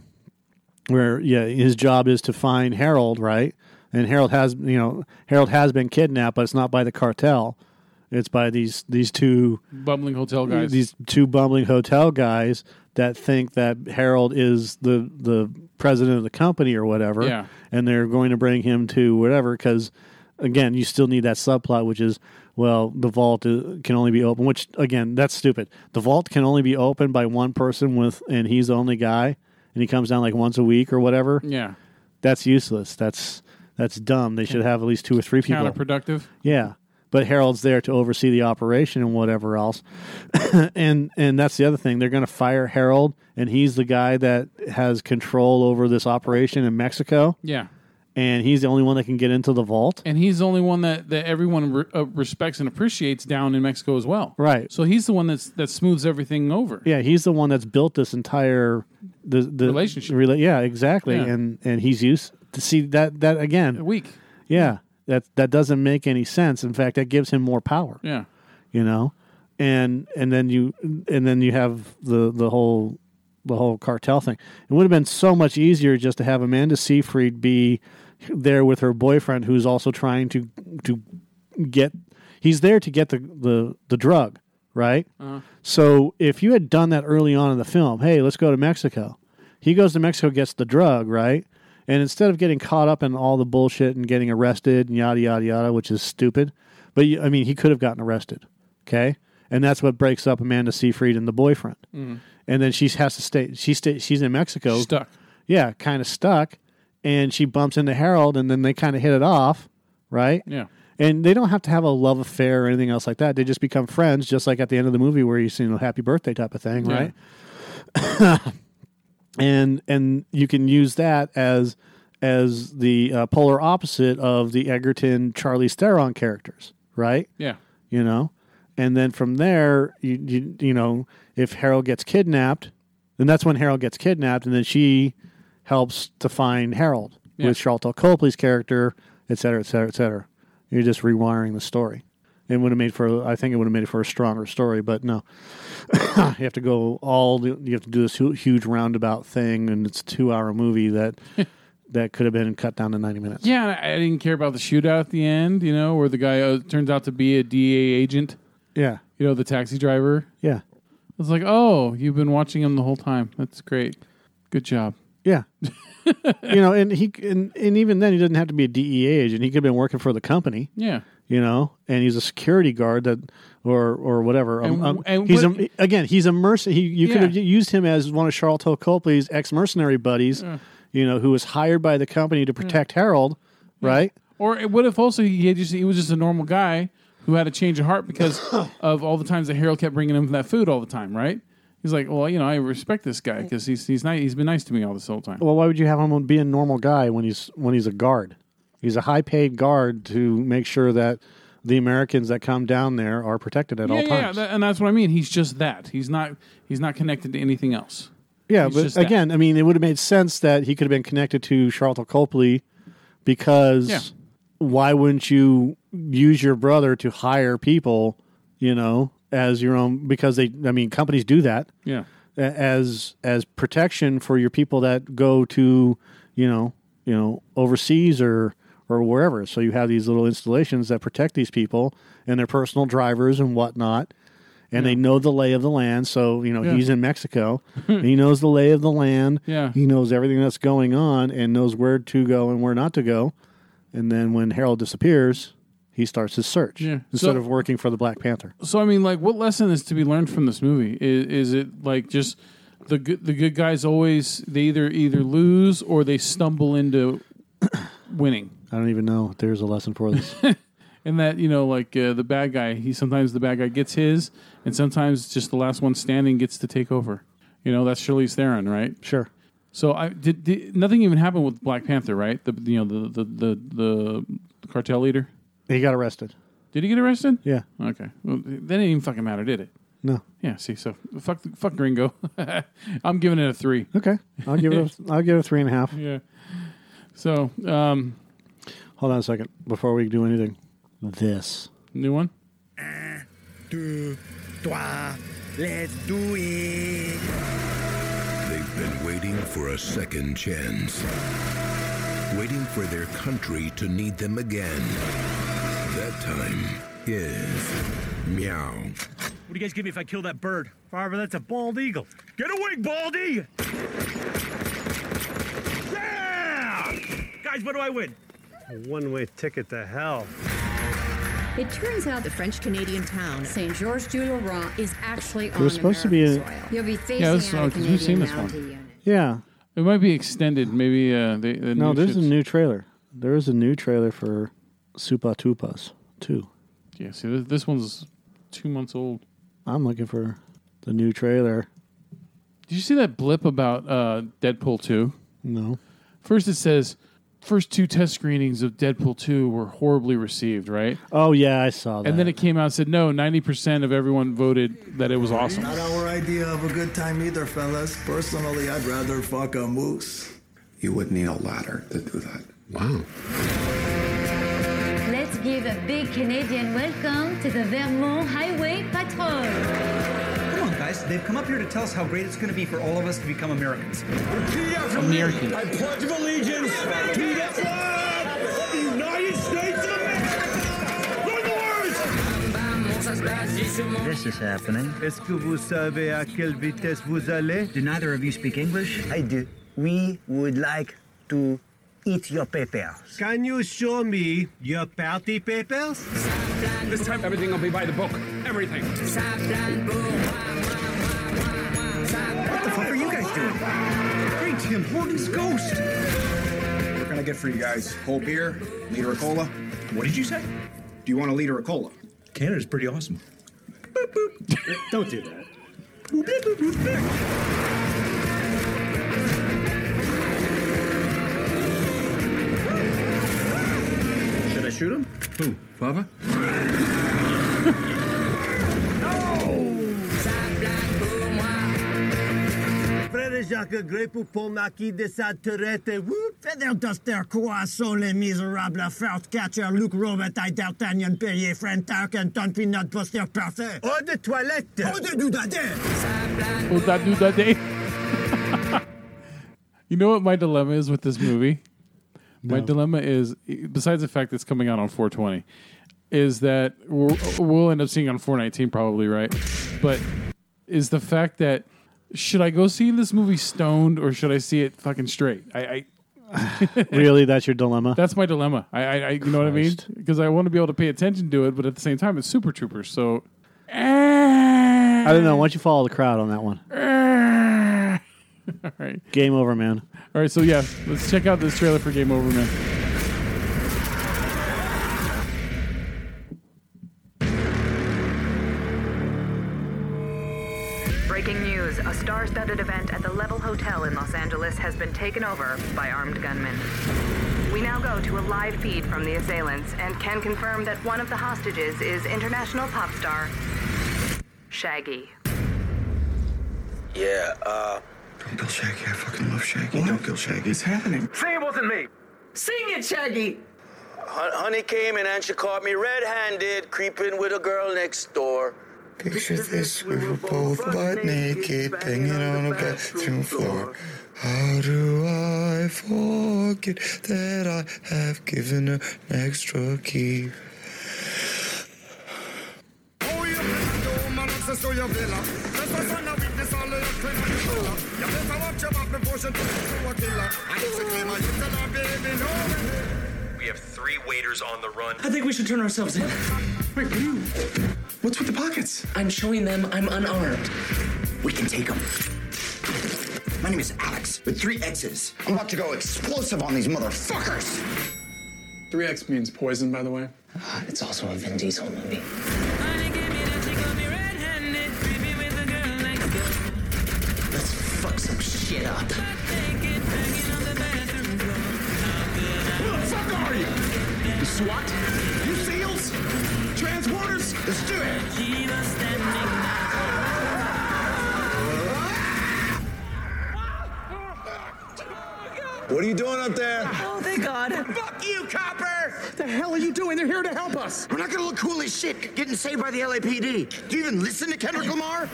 [SPEAKER 2] where yeah, his job is to find Harold, right? And Harold has you know Harold has been kidnapped, but it's not by the cartel, it's by these these two
[SPEAKER 1] Bumbling hotel guys.
[SPEAKER 2] these two bumbling hotel guys that think that Harold is the the president of the company or whatever,
[SPEAKER 1] Yeah.
[SPEAKER 2] and they're going to bring him to whatever because again, you still need that subplot, which is well, the vault i- can only be open. Which again, that's stupid. The vault can only be opened by one person with, and he's the only guy, and he comes down like once a week or whatever.
[SPEAKER 1] yeah.
[SPEAKER 2] That's useless. That's that's dumb. They should have at least two or three people.
[SPEAKER 1] Counterproductive.
[SPEAKER 2] Yeah, but Harold's there to oversee the operation and whatever else, and and that's the other thing. They're going to fire Harold, and he's the guy that has control over this operation in Mexico,
[SPEAKER 1] Yeah.
[SPEAKER 2] and he's the only one that can get into the vault.
[SPEAKER 1] And he's the only one that, that everyone re- uh, respects and appreciates down in Mexico as well.
[SPEAKER 2] Right.
[SPEAKER 1] So he's the one that's that smooths everything over.
[SPEAKER 2] Yeah, he's the one that's built this entire the, the
[SPEAKER 1] Relationship.
[SPEAKER 2] rela- yeah, exactly,
[SPEAKER 1] Yeah.
[SPEAKER 2] and and he's used to see that that again.
[SPEAKER 1] Weak.
[SPEAKER 2] Yeah, that that doesn't make any sense. In fact, that gives him more power.
[SPEAKER 1] Yeah.
[SPEAKER 2] you know and and then you and then you have the the whole the whole cartel thing it would have been so much easier just to have amanda seyfried be there with her boyfriend who's also trying to to get he's there to get the the, the drug right so if you had done that early on in the film hey let's go to mexico he goes to mexico gets the drug right and instead of getting caught up in all the bullshit and getting arrested and yada yada yada which is stupid but you, i mean he could have gotten arrested okay and that's what breaks up amanda seyfried and the boyfriend and then she has to stay she stay, she's in mexico
[SPEAKER 1] Stuck.
[SPEAKER 2] yeah kind of stuck and she bumps into harold and then they kind of hit it off right
[SPEAKER 1] Yeah.
[SPEAKER 2] and they don't have to have a love affair or anything else like that. They just become friends, just like at the end of the movie where you see, you know, happy birthday type of thing,
[SPEAKER 1] Yeah.
[SPEAKER 2] right? and and you can use that as as the uh, polar opposite of the Egerton Charlie Theron characters, right?
[SPEAKER 1] Yeah.
[SPEAKER 2] You know, and then from there, you you, you know, if Harold gets kidnapped, then that's when Harold gets kidnapped, and then she helps to find Harold
[SPEAKER 1] Yeah.
[SPEAKER 2] with Charlton Copley's character, et cetera, et cetera, et cetera. You're just rewiring the story. It would have made for, I think it would have made it for a stronger story, but no, you have to go all, the, you have to do this hu- huge roundabout thing, and it's a two-hour movie that that could have been cut down to ninety minutes.
[SPEAKER 1] Yeah. and I I didn't care about the shootout at the end, you know, where the guy uh, turns out to be a DA agent,
[SPEAKER 2] Yeah,
[SPEAKER 1] you know, the taxi driver.
[SPEAKER 2] yeah,
[SPEAKER 1] It's like, oh, you've been watching him the whole time. That's great. Good job.
[SPEAKER 2] yeah. you know, and he and, and even then, he doesn't have to be a DEA agent. He could have been working for the company.
[SPEAKER 1] Yeah.
[SPEAKER 2] you know, and he's a security guard that, or or whatever. Um,
[SPEAKER 1] And-
[SPEAKER 2] um,
[SPEAKER 1] and
[SPEAKER 2] he's
[SPEAKER 1] what-
[SPEAKER 2] a, again, he's a mercenary. He, you
[SPEAKER 1] Yeah.
[SPEAKER 2] could have used him as one of Charlton Copley's ex mercenary buddies, you know, who was hired by the company to protect Harold, right?
[SPEAKER 1] Or it would if also he had just he was just a normal guy who had a change of heart because of all the times that Harold kept bringing him that food all the time, right? He's like, well, you know, I respect this guy because he's he's nice. He's been nice to me all this whole time.
[SPEAKER 2] Well, why would you have him be a normal guy when he's when he's a guard? He's a high paid guard to make sure that the Americans that come down there are protected at
[SPEAKER 1] yeah,
[SPEAKER 2] all
[SPEAKER 1] yeah,
[SPEAKER 2] times.
[SPEAKER 1] that- and that's what I mean. He's just that. He's not he's not connected to anything else.
[SPEAKER 2] Yeah,
[SPEAKER 1] It's just
[SPEAKER 2] but
[SPEAKER 1] that.
[SPEAKER 2] again, I mean, it would have made sense that he could have been connected to Charlton Copley because
[SPEAKER 1] Yeah.
[SPEAKER 2] why wouldn't you use your brother to hire people, you know, as your own? Because they, I mean, companies do that
[SPEAKER 1] Yeah,
[SPEAKER 2] a- as as protection for your people that go to, you know, you know, overseas or or wherever. So you have these little installations that protect these people and their personal drivers and whatnot. And they know the lay of the land, so you know
[SPEAKER 1] Yeah.
[SPEAKER 2] he's in Mexico. and he knows the lay of the land.
[SPEAKER 1] Yeah.
[SPEAKER 2] he knows everything that's going on and knows where to go and where not to go. And then when Harold disappears, he starts his search
[SPEAKER 1] Yeah.
[SPEAKER 2] instead
[SPEAKER 1] So-
[SPEAKER 2] of working for the Black Panther.
[SPEAKER 1] so I mean, like, what lesson is to be learned from this movie? Is, is it like just the good the good guys always they either either lose or they stumble into winning.
[SPEAKER 2] I don't even know. if There's a lesson for this.
[SPEAKER 1] And that you know, like uh, the bad guy, he sometimes the bad guy gets his, and sometimes just the last one standing gets to take over. You know, that's Charlize Theron, right?
[SPEAKER 2] sure.
[SPEAKER 1] So I did, did nothing even happened with Black Panther, right? The you know the the the, the cartel leader.
[SPEAKER 2] He got arrested.
[SPEAKER 1] Did he get arrested?
[SPEAKER 2] Yeah.
[SPEAKER 1] Okay. Well, that didn't even fucking matter, did it?
[SPEAKER 2] No.
[SPEAKER 1] Yeah. See, so fuck fuck Gringo. I'm giving it a three.
[SPEAKER 2] Okay. I'll give it. A, I'll give it a three and a half.
[SPEAKER 1] Yeah. So um,
[SPEAKER 2] Hold on a second before we do anything. This.
[SPEAKER 1] new one.
[SPEAKER 10] Two, trois, let's do it.
[SPEAKER 11] They've been waiting for a second chance, waiting for their country to need them again. That time is meow.
[SPEAKER 12] What do you guys give me if I kill that bird? Farmer, that's a bald eagle. Get away, Baldy! Yeah! Guys, what do I win? A one way ticket to hell.
[SPEAKER 8] It turns out the French Canadian town, St. Georges du Laurent, is actually on
[SPEAKER 2] was supposed to be
[SPEAKER 8] American
[SPEAKER 2] a-
[SPEAKER 8] soil. You'll be facing
[SPEAKER 1] Yeah,
[SPEAKER 8] out
[SPEAKER 1] this-
[SPEAKER 8] a
[SPEAKER 1] oh, 'cause we've seen
[SPEAKER 8] Canadian
[SPEAKER 1] this one.
[SPEAKER 8] bounty unit.
[SPEAKER 2] Yeah.
[SPEAKER 1] It might be extended. Maybe uh, they, the
[SPEAKER 2] No,
[SPEAKER 1] new
[SPEAKER 2] there's
[SPEAKER 1] shit's-
[SPEAKER 2] a new trailer. There is a new trailer for Supa Tupas too.
[SPEAKER 1] Yeah. See, this, this one's two months old.
[SPEAKER 2] I'm looking for the new trailer.
[SPEAKER 1] Did you see that blip about uh, Deadpool two?
[SPEAKER 2] No.
[SPEAKER 1] First, it says first two test screenings of Deadpool two were horribly received, right?
[SPEAKER 2] Oh yeah, I saw that.
[SPEAKER 1] And then it came out and said, no, 90% of everyone voted that it was awesome.
[SPEAKER 10] Not our idea of a good time either, fellas. Personally, I'd rather fuck a moose.
[SPEAKER 6] You would need a ladder to do that.
[SPEAKER 11] Wow.
[SPEAKER 8] Let's give a big Canadian welcome to the Vermont Highway Patrol.
[SPEAKER 10] Come on, guys. They've come up here to tell us how great it's going to be for all of us to become Americans.
[SPEAKER 12] Repeat after
[SPEAKER 1] American.
[SPEAKER 12] me. I pledge allegiance to the flag of the United States of America. Learn the words.
[SPEAKER 10] This is happening. Est-ce que vous savez à quelle vitesse vous allez? Do neither of you speak English? I do. We would like to eat your papers.
[SPEAKER 12] Can you show me your party papers? This time everything will be by the book. Everything.
[SPEAKER 10] What the fuck are you guys doing? Great Tim Horton's ghost.
[SPEAKER 6] What can I get for you guys? Whole beer? Liter of cola? What did you say? Do you want a liter of cola?
[SPEAKER 12] Canada's pretty awesome.
[SPEAKER 10] Don't do that.
[SPEAKER 13] Should I shoot him? Who? Baba?
[SPEAKER 10] Frère Jacques Grey pour Pomaki de sa Tourette. Feather Duster, Croissant, Les Miserables, Frout Catcher, Luke Robert, I D'Artagnan, Perrier, Friend Tarkin, Ton Peanut, Buster, Parfait. Eau de toilette. Eau de dudadin.
[SPEAKER 1] Oh, that dude that day. you know what my dilemma is with this movie? My dilemma is, besides the fact that it's coming out on 420, is that we're, we'll end up seeing it on 419 probably, right? But is the fact that should I go see this movie stoned or should I see it fucking straight? I, I
[SPEAKER 2] really, that's your dilemma.
[SPEAKER 1] that's my dilemma. I, I, I you know what I mean?
[SPEAKER 2] Christ.
[SPEAKER 1] Because I want to be able to pay attention to it, but at the same time, it's Super Troopers, so. I
[SPEAKER 2] I don't know. Why don't you follow the crowd on that one?
[SPEAKER 1] Eh. All right.
[SPEAKER 2] Game over, man.
[SPEAKER 1] All right, so yeah, let's check out this trailer for Game Over, man.
[SPEAKER 8] Breaking news a star studded event at the Level Hotel in Los Angeles has been taken over by armed gunmen. We now go to a live feed from the assailants and can confirm that one of the hostages is international pop star Shaggy.
[SPEAKER 10] Yeah, uh,
[SPEAKER 6] Don't kill Shaggy. I fucking love Shaggy. Don't kill Shaggy. It's happening.
[SPEAKER 12] Say it wasn't me.
[SPEAKER 10] Honey came and she caught me red-handed creeping with a girl next door.
[SPEAKER 6] Picture this, we were both butt naked, banging on a bathroom floor. How do I forget that I have given her an extra key?
[SPEAKER 12] We have three waiters on the run.
[SPEAKER 13] I think we should turn ourselves in. Wait, what are you?
[SPEAKER 6] What's with the pockets?
[SPEAKER 13] I'm showing them I'm unarmed.
[SPEAKER 10] We can take them. My name is Alex with three X's. I'm about to go explosive on these motherfuckers.
[SPEAKER 14] 3X means poison, by the way.
[SPEAKER 10] It's also a Vin Diesel movie. Let's fuck some shit up.
[SPEAKER 7] Who the fuck are you? You SWAT? You SEALs? Transporters? Let's do
[SPEAKER 15] What are you doing up there?
[SPEAKER 7] Oh, thank God.
[SPEAKER 10] Fuck you, copper!
[SPEAKER 7] What the hell are you doing? They're here to help us.
[SPEAKER 10] We're not gonna look cool as shit getting saved by the LAPD. Do you even listen to Kendrick Lamar?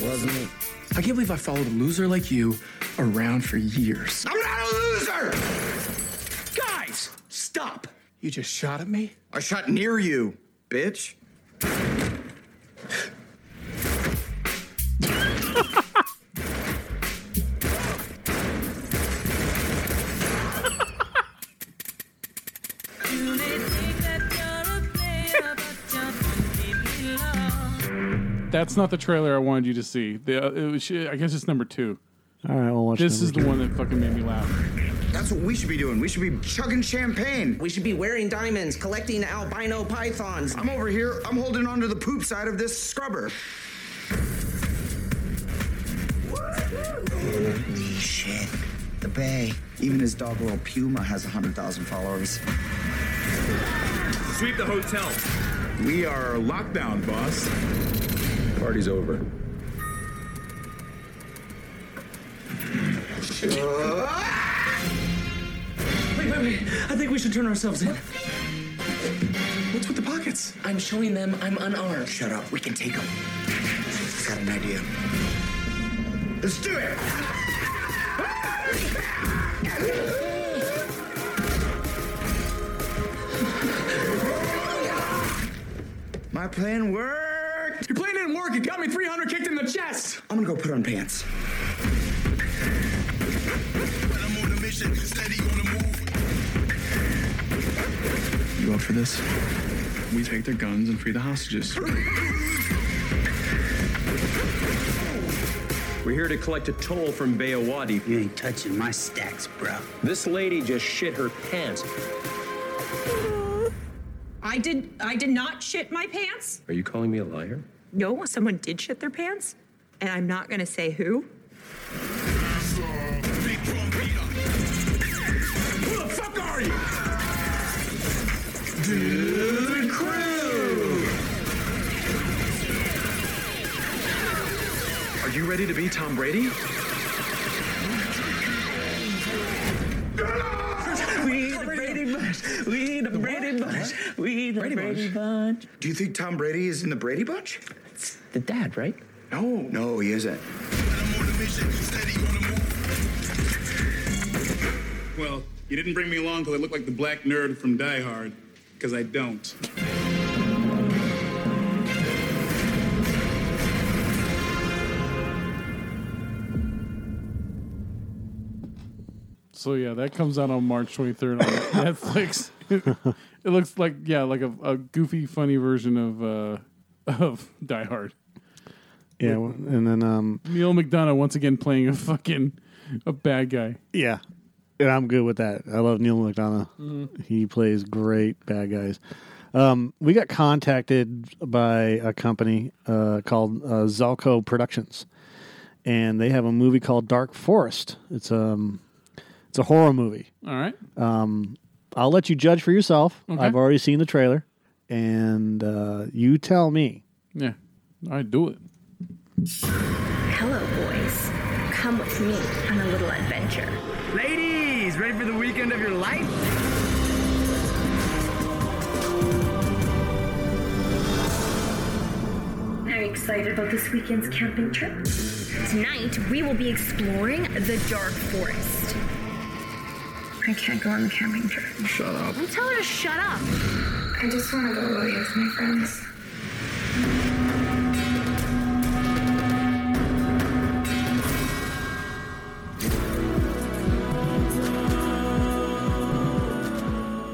[SPEAKER 4] Wasn't it? I can't believe I followed a loser like you around for years.
[SPEAKER 10] I'm not a loser!
[SPEAKER 4] Guys, stop! You just shot at me?
[SPEAKER 10] I shot near you, bitch.
[SPEAKER 1] That's not the trailer I wanted you to see. The, uh, it was, I guess it's number two.
[SPEAKER 2] All right, we'll watch
[SPEAKER 1] This
[SPEAKER 2] number
[SPEAKER 1] is the
[SPEAKER 2] two.
[SPEAKER 1] one that fucking made me laugh.
[SPEAKER 10] That's what we should be doing. We should be chugging champagne.
[SPEAKER 16] We should be wearing diamonds, collecting albino pythons.
[SPEAKER 10] I'm over here. I'm holding onto the poop side of this scrubber. Holy shit. The Bay. Even his dog Royal Puma has 100,000 followers.
[SPEAKER 6] Sweep the hotel. We are locked down, boss. Party's over.
[SPEAKER 4] Wait, wait, wait. I think we should turn ourselves in. What's with the pockets? I'm showing them I'm unarmed.
[SPEAKER 10] Shut up. We can take him. I've got an idea. Let's do it! My plan worked!
[SPEAKER 4] Your plan didn't work. It got me 300 kicked in the chest.
[SPEAKER 10] I'm gonna go put on pants.
[SPEAKER 4] You up for this? We take their guns and free the hostages.
[SPEAKER 17] We're here to collect a toll from Bayawadi. You ain't touching my stacks, bro. This lady just shit her pants.
[SPEAKER 18] I did I did not shit my pants.
[SPEAKER 17] Are you calling me a liar?
[SPEAKER 18] No, someone did shit their pants, and I'm not gonna say who.
[SPEAKER 7] Who the fuck are you? Dude Crew!
[SPEAKER 4] Are you ready to be Tom Brady?
[SPEAKER 16] We the Brady Bunch. We the Brady Bunch. We the Brady, Bunch.
[SPEAKER 10] Do you think Tom Brady is in the Brady Bunch? It's
[SPEAKER 16] the dad, right?
[SPEAKER 10] No. No, he isn't.
[SPEAKER 19] Well, you didn't bring me along because I look like the black nerd from Die Hard, because I don't.
[SPEAKER 1] So yeah, that comes out on March 23rd on Netflix. It, it looks like yeah, like a, a goofy, funny version of uh, of Die Hard.
[SPEAKER 2] Yeah, w- and then um,
[SPEAKER 1] Neil McDonough once again playing a fucking a bad guy.
[SPEAKER 2] yeah, and I'm good with that. I love Neil McDonough. He plays great bad guys. Um, we got contacted by a company uh, called uh, Zalco Productions, and they have a movie called Dark Forest. It's um, it's a horror movie.
[SPEAKER 1] All right.
[SPEAKER 2] Um, I'll let you judge for yourself.
[SPEAKER 1] Okay.
[SPEAKER 2] I've already seen the trailer, and uh, you tell me.
[SPEAKER 1] Yeah, I do it.
[SPEAKER 9] Hello, boys. Come with me on a little adventure.
[SPEAKER 20] Ladies, ready for the weekend of your life?
[SPEAKER 9] Are you excited about this weekend's camping trip? Tonight, we will be exploring the dark forest. I can't go on the camping trip.
[SPEAKER 7] Shut up.
[SPEAKER 9] I'm telling her to shut up. I just want to go away with my friends.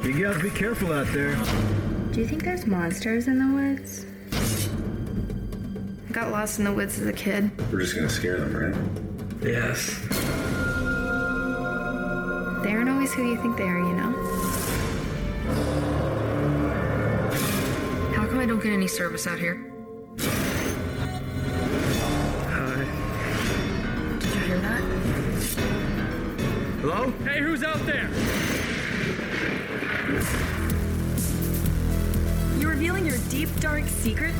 [SPEAKER 15] You gotta be careful out there.
[SPEAKER 9] Do you think there's monsters in the woods? I got lost in the woods as a kid.
[SPEAKER 6] We're just gonna scare them, right?
[SPEAKER 19] Yes.
[SPEAKER 9] They aren't always who you think they are, you know?
[SPEAKER 21] How come I don't get any service out here?
[SPEAKER 9] Did you hear that?
[SPEAKER 20] Hello? Hey, who's out there?
[SPEAKER 9] You're revealing your deep, dark secret?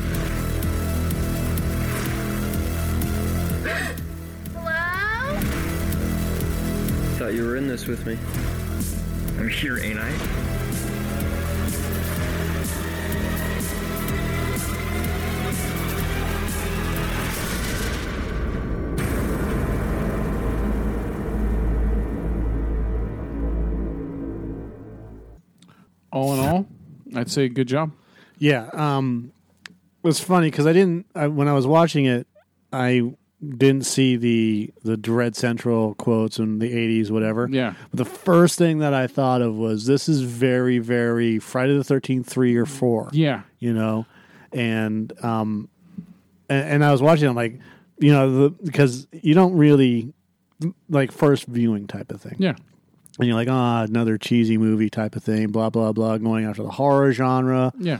[SPEAKER 9] Hello?
[SPEAKER 22] Thought you were in this with me. I'm here, ain't I?
[SPEAKER 1] All in all, I'd say good job.
[SPEAKER 2] Yeah, um, it was funny because I didn't I, when I was watching it, I didn't see the the Dread Central quotes in the '80s, whatever.
[SPEAKER 1] Yeah.
[SPEAKER 2] But the first thing that I thought of was this is very, very Friday the Thirteenth, three or four.
[SPEAKER 1] Yeah.
[SPEAKER 2] You know, and um, and, and I was watching. I'm like, you know, the, because you don't really like first viewing type of thing.
[SPEAKER 1] Yeah.
[SPEAKER 2] And you're like, ah, another cheesy movie type of thing, blah blah blah, going after the horror genre
[SPEAKER 1] Yeah.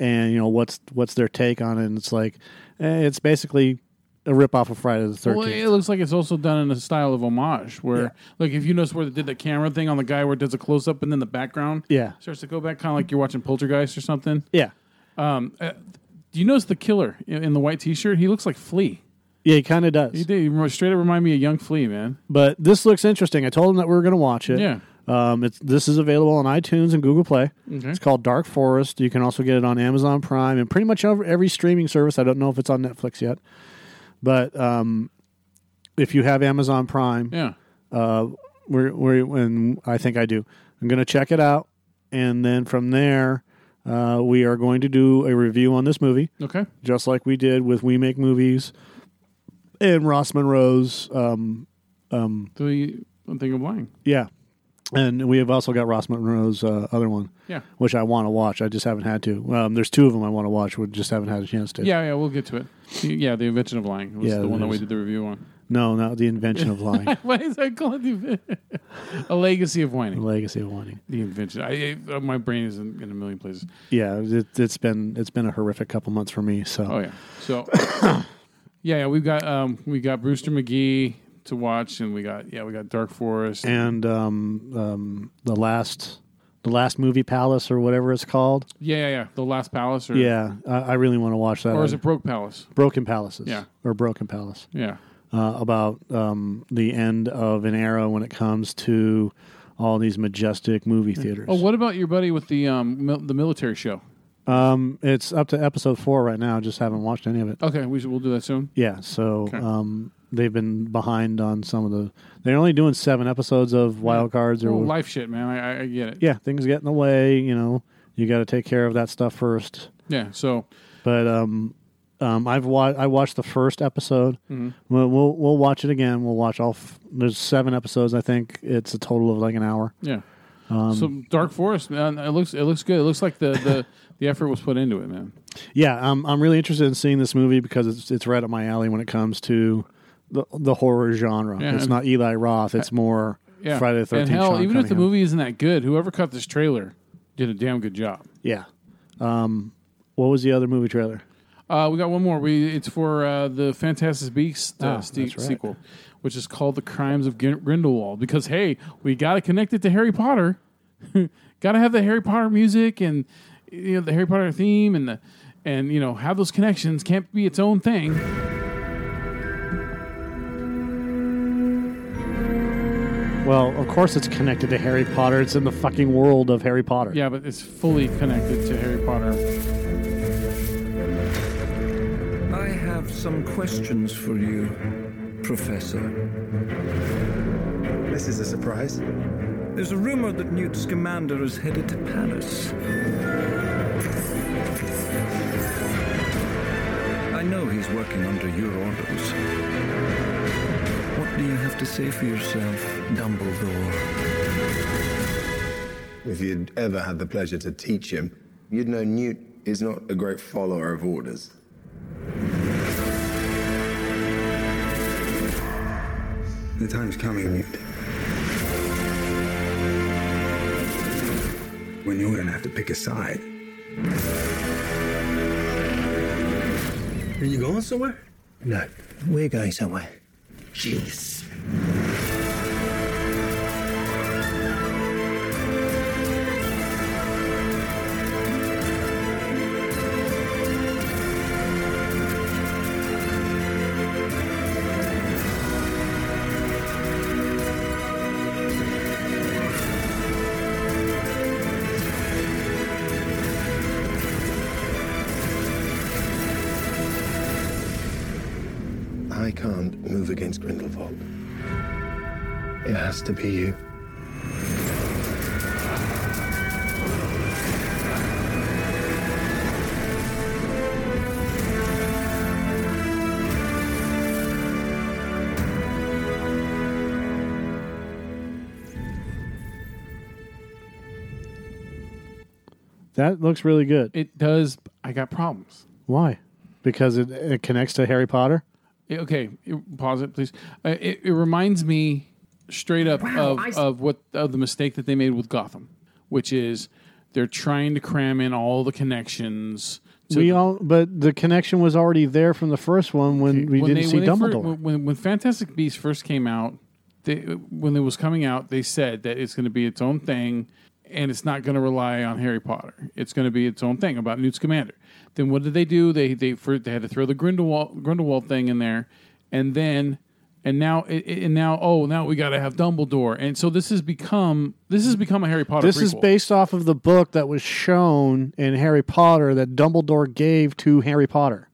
[SPEAKER 2] and you know what's what's their take on it. And it's like eh, it's basically a rip off of Friday the Thirteenth.
[SPEAKER 1] Well, it looks like it's also done in a style of homage where, like, if you notice where they did the camera thing on the guy where it does a close up and then the background
[SPEAKER 2] Yeah.
[SPEAKER 1] starts to go back, kind of like you're watching Poltergeist or something.
[SPEAKER 2] Yeah.
[SPEAKER 1] Um, uh, do you notice the killer in, in the white t shirt? He looks like Flea.
[SPEAKER 2] Yeah, he kind of does.
[SPEAKER 1] He did. He re- straight up remind me of Young Flea, man.
[SPEAKER 2] But this looks interesting. I told him that we were going to watch it.
[SPEAKER 1] Yeah.
[SPEAKER 2] Um, it's this is available on iTunes and Google Play.
[SPEAKER 1] Okay.
[SPEAKER 2] It's called Dark Forest. You can also get it on Amazon Prime and pretty much every, every streaming service. I don't know if it's on Netflix yet, but um, if you have Amazon Prime,
[SPEAKER 1] Yeah.
[SPEAKER 2] uh, we're, we're when I think I do. I'm going to check it out, and then from there, uh, we are going to do a review on this movie.
[SPEAKER 1] Okay.
[SPEAKER 2] just like we did with We Make Movies and Ross Monroe's. Um, um,
[SPEAKER 1] The one thing of lying.
[SPEAKER 2] yeah, and we have also got Ross Monroe's uh, other one.
[SPEAKER 1] Yeah.
[SPEAKER 2] which I want to watch. I just haven't had to. Um, there's two of them I want to watch. We just haven't had a chance to.
[SPEAKER 1] Yeah, yeah, we'll get to it. Yeah, the invention of lying was
[SPEAKER 2] Yeah,
[SPEAKER 1] the one that we did
[SPEAKER 2] there's-
[SPEAKER 1] the review on.
[SPEAKER 2] No, not the invention of lying.
[SPEAKER 1] Why is that called the a legacy of whining?
[SPEAKER 2] Legacy of whining.
[SPEAKER 1] The invention. I, I- my brain is in, in a million places.
[SPEAKER 2] Yeah, it, it's been it's been a horrific couple months for me. So
[SPEAKER 1] Oh yeah. So yeah, yeah, we've got um, we got Brewster McGee to watch, and we got yeah, we got Dark Forest.
[SPEAKER 2] and um, um, the last the last movie palace or whatever it's called.
[SPEAKER 1] yeah, yeah, yeah, the Last Palace. Or,
[SPEAKER 2] yeah, I, I really want to watch that.
[SPEAKER 1] Or is it Broke Palace?
[SPEAKER 2] Broken Palaces.
[SPEAKER 1] Yeah.
[SPEAKER 2] or Broken Palace.
[SPEAKER 1] Yeah.
[SPEAKER 2] uh, about um, the end of an era when it comes to all these majestic movie theaters.
[SPEAKER 1] Oh, what about your buddy with the um, mil- the military show?
[SPEAKER 2] Um, it's up to episode four right now. I just haven't watched any of it.
[SPEAKER 1] Okay, we should, we'll do that soon.
[SPEAKER 2] Yeah, so
[SPEAKER 1] Okay.
[SPEAKER 2] um, they've been behind on some of the. They're only doing seven episodes of Wild Cards or
[SPEAKER 1] Oh, life shit, man. I, I, I get it.
[SPEAKER 2] yeah, things get in the way. You know, you got to take care of that stuff first.
[SPEAKER 1] Yeah. So
[SPEAKER 2] But um, um, I've wa- I watched the first episode.
[SPEAKER 1] Mhm.
[SPEAKER 2] We'll, we'll we'll watch it again. We'll watch all. F- there's seven episodes. I think it's a total of like an hour.
[SPEAKER 1] yeah.
[SPEAKER 2] Um,
[SPEAKER 1] so Dark Forest, man. It looks it looks good. It looks like the the, the effort was put into it, man.
[SPEAKER 2] Yeah, I'm I'm really interested in seeing this movie because it's it's right up my alley when it comes to the the horror genre.
[SPEAKER 1] Yeah,
[SPEAKER 2] it's
[SPEAKER 1] and-
[SPEAKER 2] not Eli Roth. It's more
[SPEAKER 1] Yeah.
[SPEAKER 2] Friday the Thirteenth.
[SPEAKER 1] And hell, even if the movie isn't that good, whoever cut this trailer did a damn good job.
[SPEAKER 2] yeah. Um, what was the other movie trailer?
[SPEAKER 1] Uh, we got one more. We it's for uh, the Fantastic Beasts uh,
[SPEAKER 2] Ah,
[SPEAKER 1] ste-
[SPEAKER 2] that's right.
[SPEAKER 1] sequel, which is called The Crimes of Grin- Grindelwald. Because hey, we got to connect it to Harry Potter. got to have the Harry Potter music and you know the Harry Potter theme and the and you know have those connections. Can't be its own thing.
[SPEAKER 2] Well, of course it's connected to Harry Potter. It's in the fucking world of Harry Potter.
[SPEAKER 1] Yeah, but it's fully connected to Harry Potter.
[SPEAKER 11] I have some questions for you, Professor. This is a surprise. There's a rumor that Newt Scamander is headed to Paris. I know he's working under your orders. What do you have to say for yourself, Dumbledore?
[SPEAKER 23] If you'd ever had the pleasure to teach him, you'd know Newt is not a great follower of orders. The time's coming, Newt. When you're gonna have to pick a side.
[SPEAKER 5] Are you going somewhere?
[SPEAKER 10] No, we're going somewhere.
[SPEAKER 5] Jeez.
[SPEAKER 23] I can't move against Grindelwald. It has to be you.
[SPEAKER 2] That looks really good.
[SPEAKER 1] It does. I got problems.
[SPEAKER 2] Why? Because it, it connects to Harry Potter.
[SPEAKER 1] It- okay, it- pause it, please. Uh, it, it reminds me straight up
[SPEAKER 2] Wow,
[SPEAKER 1] of,
[SPEAKER 2] I s-
[SPEAKER 1] of what of the mistake that they made with Gotham, which is they're trying to cram in all the connections. To
[SPEAKER 2] we all, but the connection was already there from the first one when we
[SPEAKER 1] when
[SPEAKER 2] didn't
[SPEAKER 1] they-
[SPEAKER 2] see
[SPEAKER 1] when they fir-
[SPEAKER 2] Dumbledore.
[SPEAKER 1] when- when, when Fantastic Beasts first came out, they, when it was coming out, they said that it's going to be its own thing, and it's not going to rely on Harry Potter. It's going to be its own thing about Newt Scamander. Then what did they do? They they for, they had to throw the Grindelwald Grindelwald thing in there, and then and now it- it- and now oh now we got to have Dumbledore, and so this has become this has become a Harry Potter.
[SPEAKER 2] this is
[SPEAKER 1] prequel.
[SPEAKER 2] based off of the book that was shown in Harry Potter that Dumbledore gave to Harry Potter.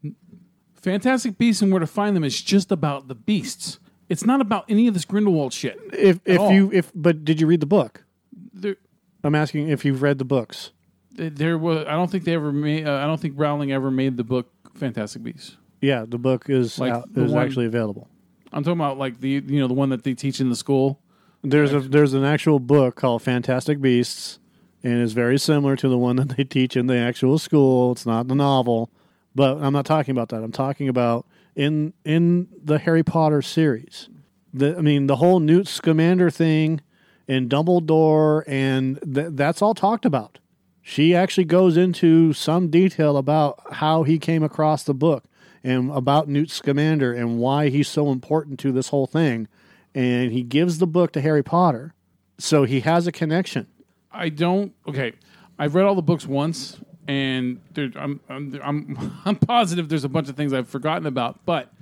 [SPEAKER 1] Fantastic Beasts and Where to Find Them is just about the beasts. It's not about any of this Grindelwald shit.
[SPEAKER 2] If
[SPEAKER 1] at
[SPEAKER 2] if
[SPEAKER 1] all.
[SPEAKER 2] you if but did you read the book?
[SPEAKER 1] There-
[SPEAKER 2] I'm asking if you've read the books.
[SPEAKER 1] there was I don't think they ever made uh, I don't think Rowling ever made the book Fantastic Beasts.
[SPEAKER 2] Yeah, the book is
[SPEAKER 1] Like
[SPEAKER 2] out,
[SPEAKER 1] the
[SPEAKER 2] is
[SPEAKER 1] one-
[SPEAKER 2] actually available.
[SPEAKER 1] I'm talking about like the you know the one that they teach in the school.
[SPEAKER 2] There's a there's an actual book called Fantastic Beasts, and it's very similar to the one that they teach in the actual school. It's not the novel, but I'm not talking about that. I'm talking about in in the Harry Potter series. The I mean the whole Newt Scamander thing, and Dumbledore, and th- that's all talked about. She actually goes into some detail about how he came across the book and about Newt Scamander and why he's so important to this whole thing. And he gives the book to Harry Potter. So he has a connection.
[SPEAKER 1] I don't okay. I've read all the books once and there, I'm, I'm I'm I'm positive there's a bunch of things I've forgotten about, but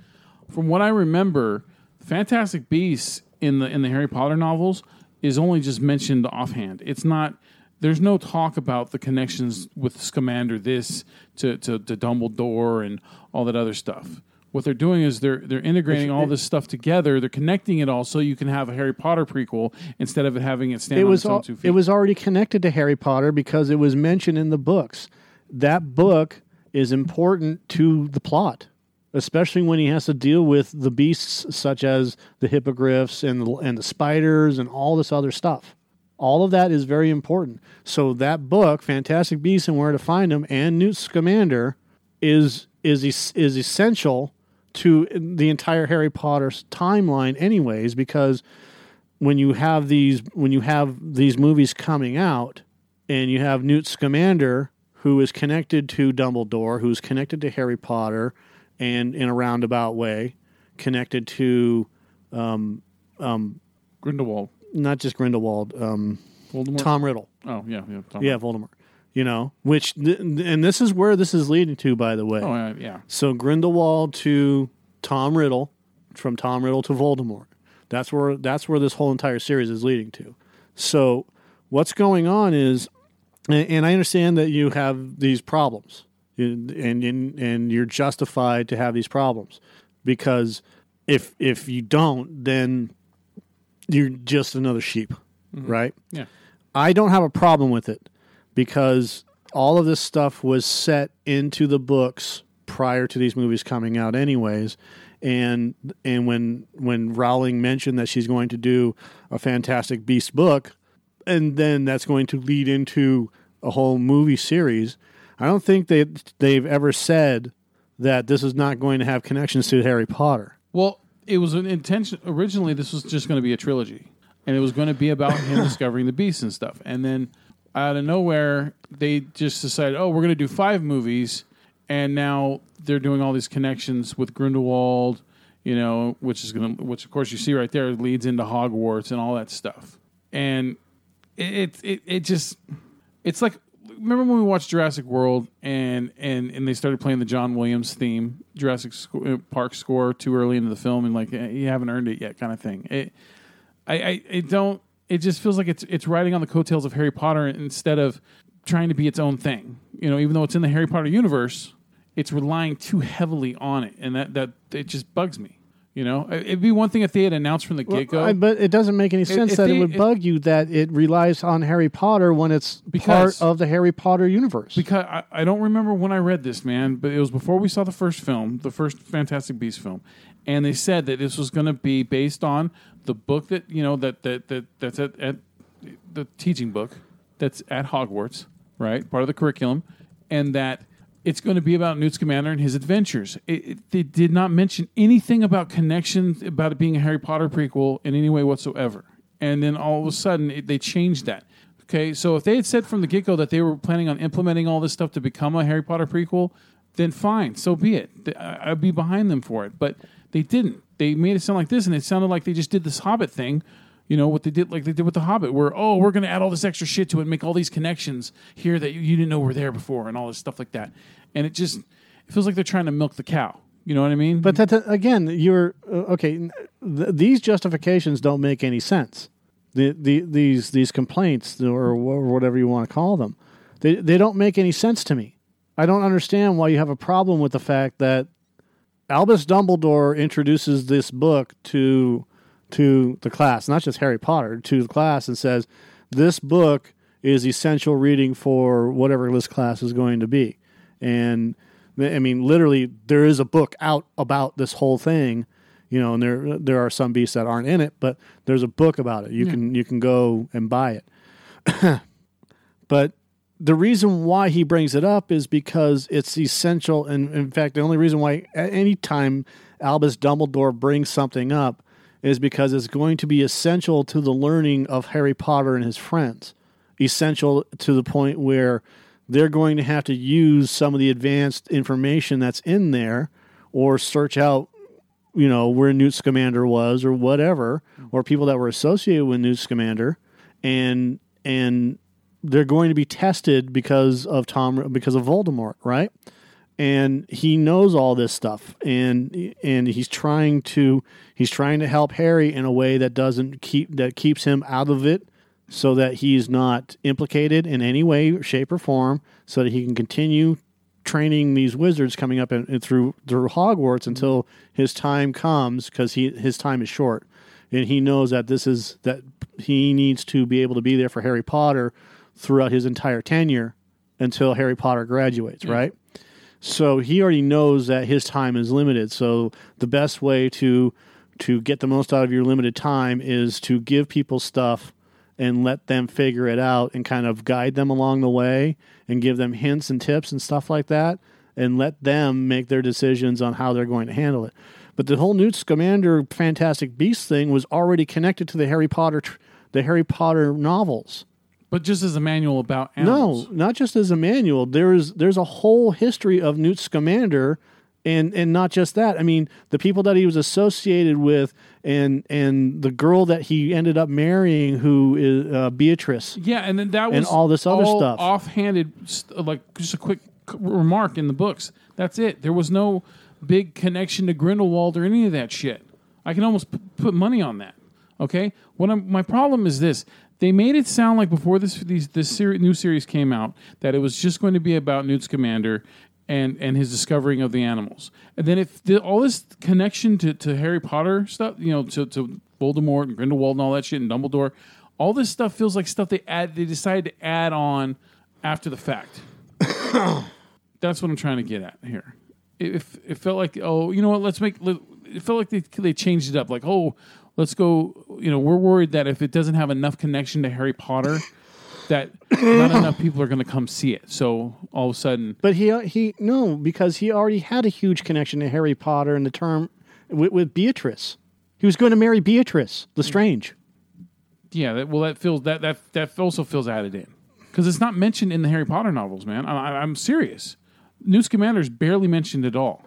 [SPEAKER 1] from what I remember, Fantastic Beasts in the in the Harry Potter novels is only just mentioned offhand. It's not there's no talk about the connections with Scamander this to, to, to Dumbledore and all that other stuff. What they're doing is they're they're integrating all this stuff together. They're connecting it all so you can have a Harry Potter prequel instead of it having it stand
[SPEAKER 2] it
[SPEAKER 1] on
[SPEAKER 2] was
[SPEAKER 1] its own
[SPEAKER 2] al-
[SPEAKER 1] two feet.
[SPEAKER 2] it was already connected to Harry Potter because it was mentioned in the books. That book is important to the plot, especially when he has to deal with the beasts such as the hippogriffs and the, and the spiders and all this other stuff. All of that is very important. So that book, Fantastic Beasts and Where to Find Them, and Newt Scamander, is is es- is essential to the entire Harry Potter's timeline, anyways, because when you have these when you have these movies coming out and you have Newt Scamander who is connected to Dumbledore, who's connected to Harry Potter and in a roundabout way, connected to um, um,
[SPEAKER 1] Grindelwald.
[SPEAKER 2] Not just Grindelwald, um,
[SPEAKER 1] Voldemort?
[SPEAKER 2] Tom Riddle.
[SPEAKER 1] Oh yeah, yeah. Tom
[SPEAKER 2] Yeah, Voldemort. You know, which th- and this is where this is leading to, by the way.
[SPEAKER 1] Oh, uh, yeah.
[SPEAKER 2] So Grindelwald to Tom Riddle, from Tom Riddle to Voldemort. That's where that's where this whole entire series is leading to. So what's going on is, and, and I understand that you have these problems, and and and- and you're justified to have these problems because if if you don't, then you're just another sheep, right?
[SPEAKER 1] Yeah.
[SPEAKER 2] I don't have a problem with it because all of this stuff was set into the books prior to these movies coming out anyways and and when when Rowling mentioned that she's going to do a Fantastic Beast book and then that's going to lead into a whole movie series I don't think they they've ever said that this is not going to have connections to Harry Potter
[SPEAKER 1] Well, it was an intention. Originally, this was just going to be a trilogy, and it was going to be about him discovering the beast and stuff. And then out of nowhere, they just decided, oh, we're going to do five movies, and now they're doing all these connections with Grindelwald, you know, which is going to, which of course you see right there leads into Hogwarts and all that stuff. And it it it, it just it's like remember when we watched Jurassic World and and and they started playing the John Williams theme Jurassic sco- uh, Park score too early into the film and like eh, you haven't earned it yet kind of thing. It I I it don't it just feels like it's it's riding on the coattails of Harry Potter instead of trying to be its own thing. You know, even though it's in the Harry Potter universe, it's relying too heavily on it and that that it just bugs me. You know, It- it'd be one thing if they had announced from the get go.
[SPEAKER 2] I- but it doesn't make any
[SPEAKER 1] If-
[SPEAKER 2] sense
[SPEAKER 1] if
[SPEAKER 2] that
[SPEAKER 1] they-
[SPEAKER 2] it would
[SPEAKER 1] if-
[SPEAKER 2] bug you that it relies on Harry Potter when it's
[SPEAKER 1] Because-
[SPEAKER 2] part of the Harry Potter universe.
[SPEAKER 1] Because I, I don't remember when I read this, man, but it was before we saw the first film, the first Fantastic Beast film, and they said that this was going to be based on the book that you know that that that that's at, at the teaching book that's at Hogwarts, right? Part of the curriculum, and that it's going to be about Newt Scamander and his adventures. It, it, they did not mention anything about connections about it being a Harry Potter prequel in any way whatsoever. And then all of a sudden, it, they changed that. Okay, so if they had said from the get go that they were planning on implementing all this stuff to become a Harry Potter prequel, then fine, so be it. Th- I- I'd be behind them for it. But they didn't. They made it sound like this, and it sounded like they just did this Hobbit thing. You know what they did, like they did with the Hobbit, where oh, we're going to add all this extra shit to it, and make all these connections here that you, you didn't know were there before, and all this stuff like that. And it just it feels like they're trying to milk the cow. You know what I mean?
[SPEAKER 2] But that, that- again, you're uh, okay. n- Th- these justifications don't make any sense. The, the these these complaints or wh- or whatever you want to call them, they they don't make any sense to me. I don't understand why you have a problem with the fact that Albus Dumbledore introduces this book to to the class, not just Harry Potter, to the class, and says this book is essential reading for whatever this class is going to be. And I mean, literally, there is a book out about this whole thing, you know. And there there are some beasts that aren't in it, but there's a book about it. You
[SPEAKER 1] Yeah.
[SPEAKER 2] can you can go and buy it. But the reason why he brings it up is because it's essential. And in fact, the only reason why at any time Albus Dumbledore brings something up is because it's going to be essential to the learning of Harry Potter and his friends. Essential to the point where they're going to have to use some of the advanced information that's in there or search out you know, where Newt Scamander was or whatever, or people that were associated with Newt Scamander, and and they're going to be tested because of Tom because of Voldemort, right? And he knows all this stuff, and and he's trying to he's trying to help Harry in a way that doesn't keep that keeps him out of it, so that he's not implicated in any way, shape, or form, so that he can continue training these wizards coming up and, and through through Hogwarts until his time comes because he his time is short, and he knows that this is that he needs to be able to be there for Harry Potter throughout his entire tenure until Harry Potter graduates, right? So he already knows that his time is limited. So the best way to to get the most out of your limited time is to give people stuff and let them figure it out and kind of guide them along the way and give them hints and tips and stuff like that and let them make their decisions on how they're going to handle it. But the whole Newt Scamander Fantastic Beast thing was already connected to the Harry Potter tr- the Harry Potter novels.
[SPEAKER 1] But just as a manual about animals.
[SPEAKER 2] No, not just as a manual. There's there's a whole history of Newt Scamander, and and not just that. I mean, the people that he was associated with, and and the girl that he ended up marrying, who is uh, Beatrice.
[SPEAKER 1] Yeah, and then that was
[SPEAKER 2] And all this other
[SPEAKER 1] all
[SPEAKER 2] stuff.
[SPEAKER 1] Offhanded, st- like just a quick c- remark in the books. That's it. There was no big connection to Grindelwald or any of that shit. I can almost p- put money on that. Okay, what I'm, my problem is this: they made it sound like before this these, this seri- new series came out that it was just going to be about Newt's commander and and his discovering of the animals. And then if the, all this connection to, to Harry Potter stuff, you know, to, to Voldemort and Grindelwald and all that shit and Dumbledore, all this stuff feels like stuff they add they decided to add on after the fact. That's what I'm trying to get at here. It, it, it felt like oh, you know what? Let's make. let- It felt like they they changed it up. Like oh, let's go. You know, we're worried that if it doesn't have enough connection to Harry Potter, that not enough people are going to come see it. So all of a sudden,
[SPEAKER 2] But he he no, because he already had a huge connection to Harry Potter in the term with, with Beatrice. He was going to marry Beatrice Lestrange.
[SPEAKER 1] Yeah, that, well, that feels that that that also feels added in because it's not mentioned in the Harry Potter novels, man. I, I, I'm serious. Newt Commander is barely mentioned at all.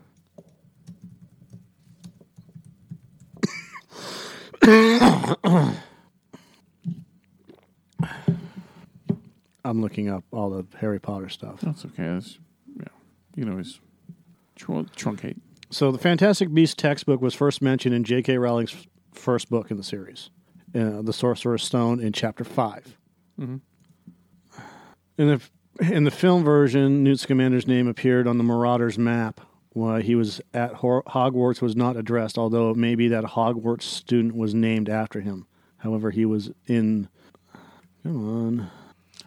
[SPEAKER 2] I'm looking up all the Harry Potter stuff.
[SPEAKER 1] That's okay. That's yeah. You can always tru- truncate.
[SPEAKER 2] So the Fantastic Beasts textbook was first mentioned in J.K. Rowling's f- first book in the series, uh, The Sorcerer's Stone, in chapter 5
[SPEAKER 1] Mhm.
[SPEAKER 2] In the in the film version, Newt Scamander's name appeared on the Marauder's map. Why he was at Hor- Hogwarts was not addressed, although it may be that a Hogwarts student was named after him. However, he was in. Come on.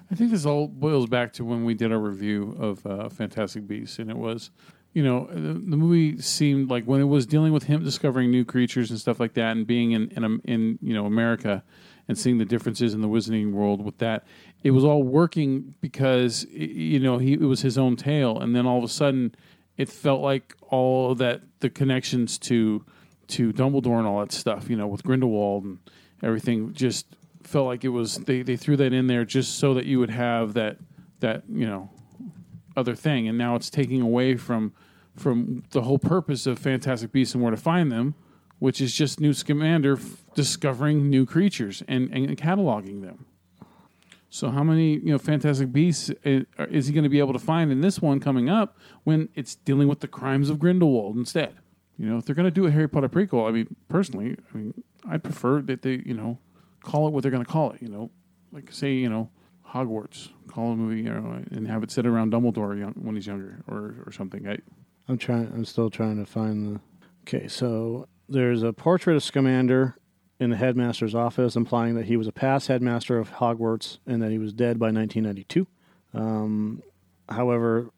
[SPEAKER 1] I think this all boils back to when we did our review of uh, Fantastic Beasts, and it was, you know, the, the movie seemed like when it was dealing with him discovering new creatures and stuff like that, and being in in, in you know America and seeing the differences in the Wizarding world with that, it was all working because y- you know he it was his own tale, and then all of a sudden, it felt like all that the connections to to Dumbledore and all that stuff, you know, with Grindelwald and everything, just felt like it was they, they threw that in there just so that you would have that that you know other thing, and now it's taking away from from the whole purpose of Fantastic Beasts and where to find them, which is just Newt Scamander f- discovering new creatures and, and cataloging them. So how many you know Fantastic Beasts i- are- is he going to be able to find in this one coming up when it's dealing with the crimes of Grindelwald instead? You know, if they're going to do a Harry Potter prequel, I mean, personally, I mean, I'd prefer that they you know call it what they're going to call it. You know, like say you know Hogwarts, call a movie you know, and have it sit around Dumbledore young, when he's younger or or something. I,
[SPEAKER 2] I'm trying. I'm still trying to find the. Okay, so there's a portrait of Scamander in the headmaster's office, implying that he was a past headmaster of Hogwarts and that he was dead by 1992. Um, however,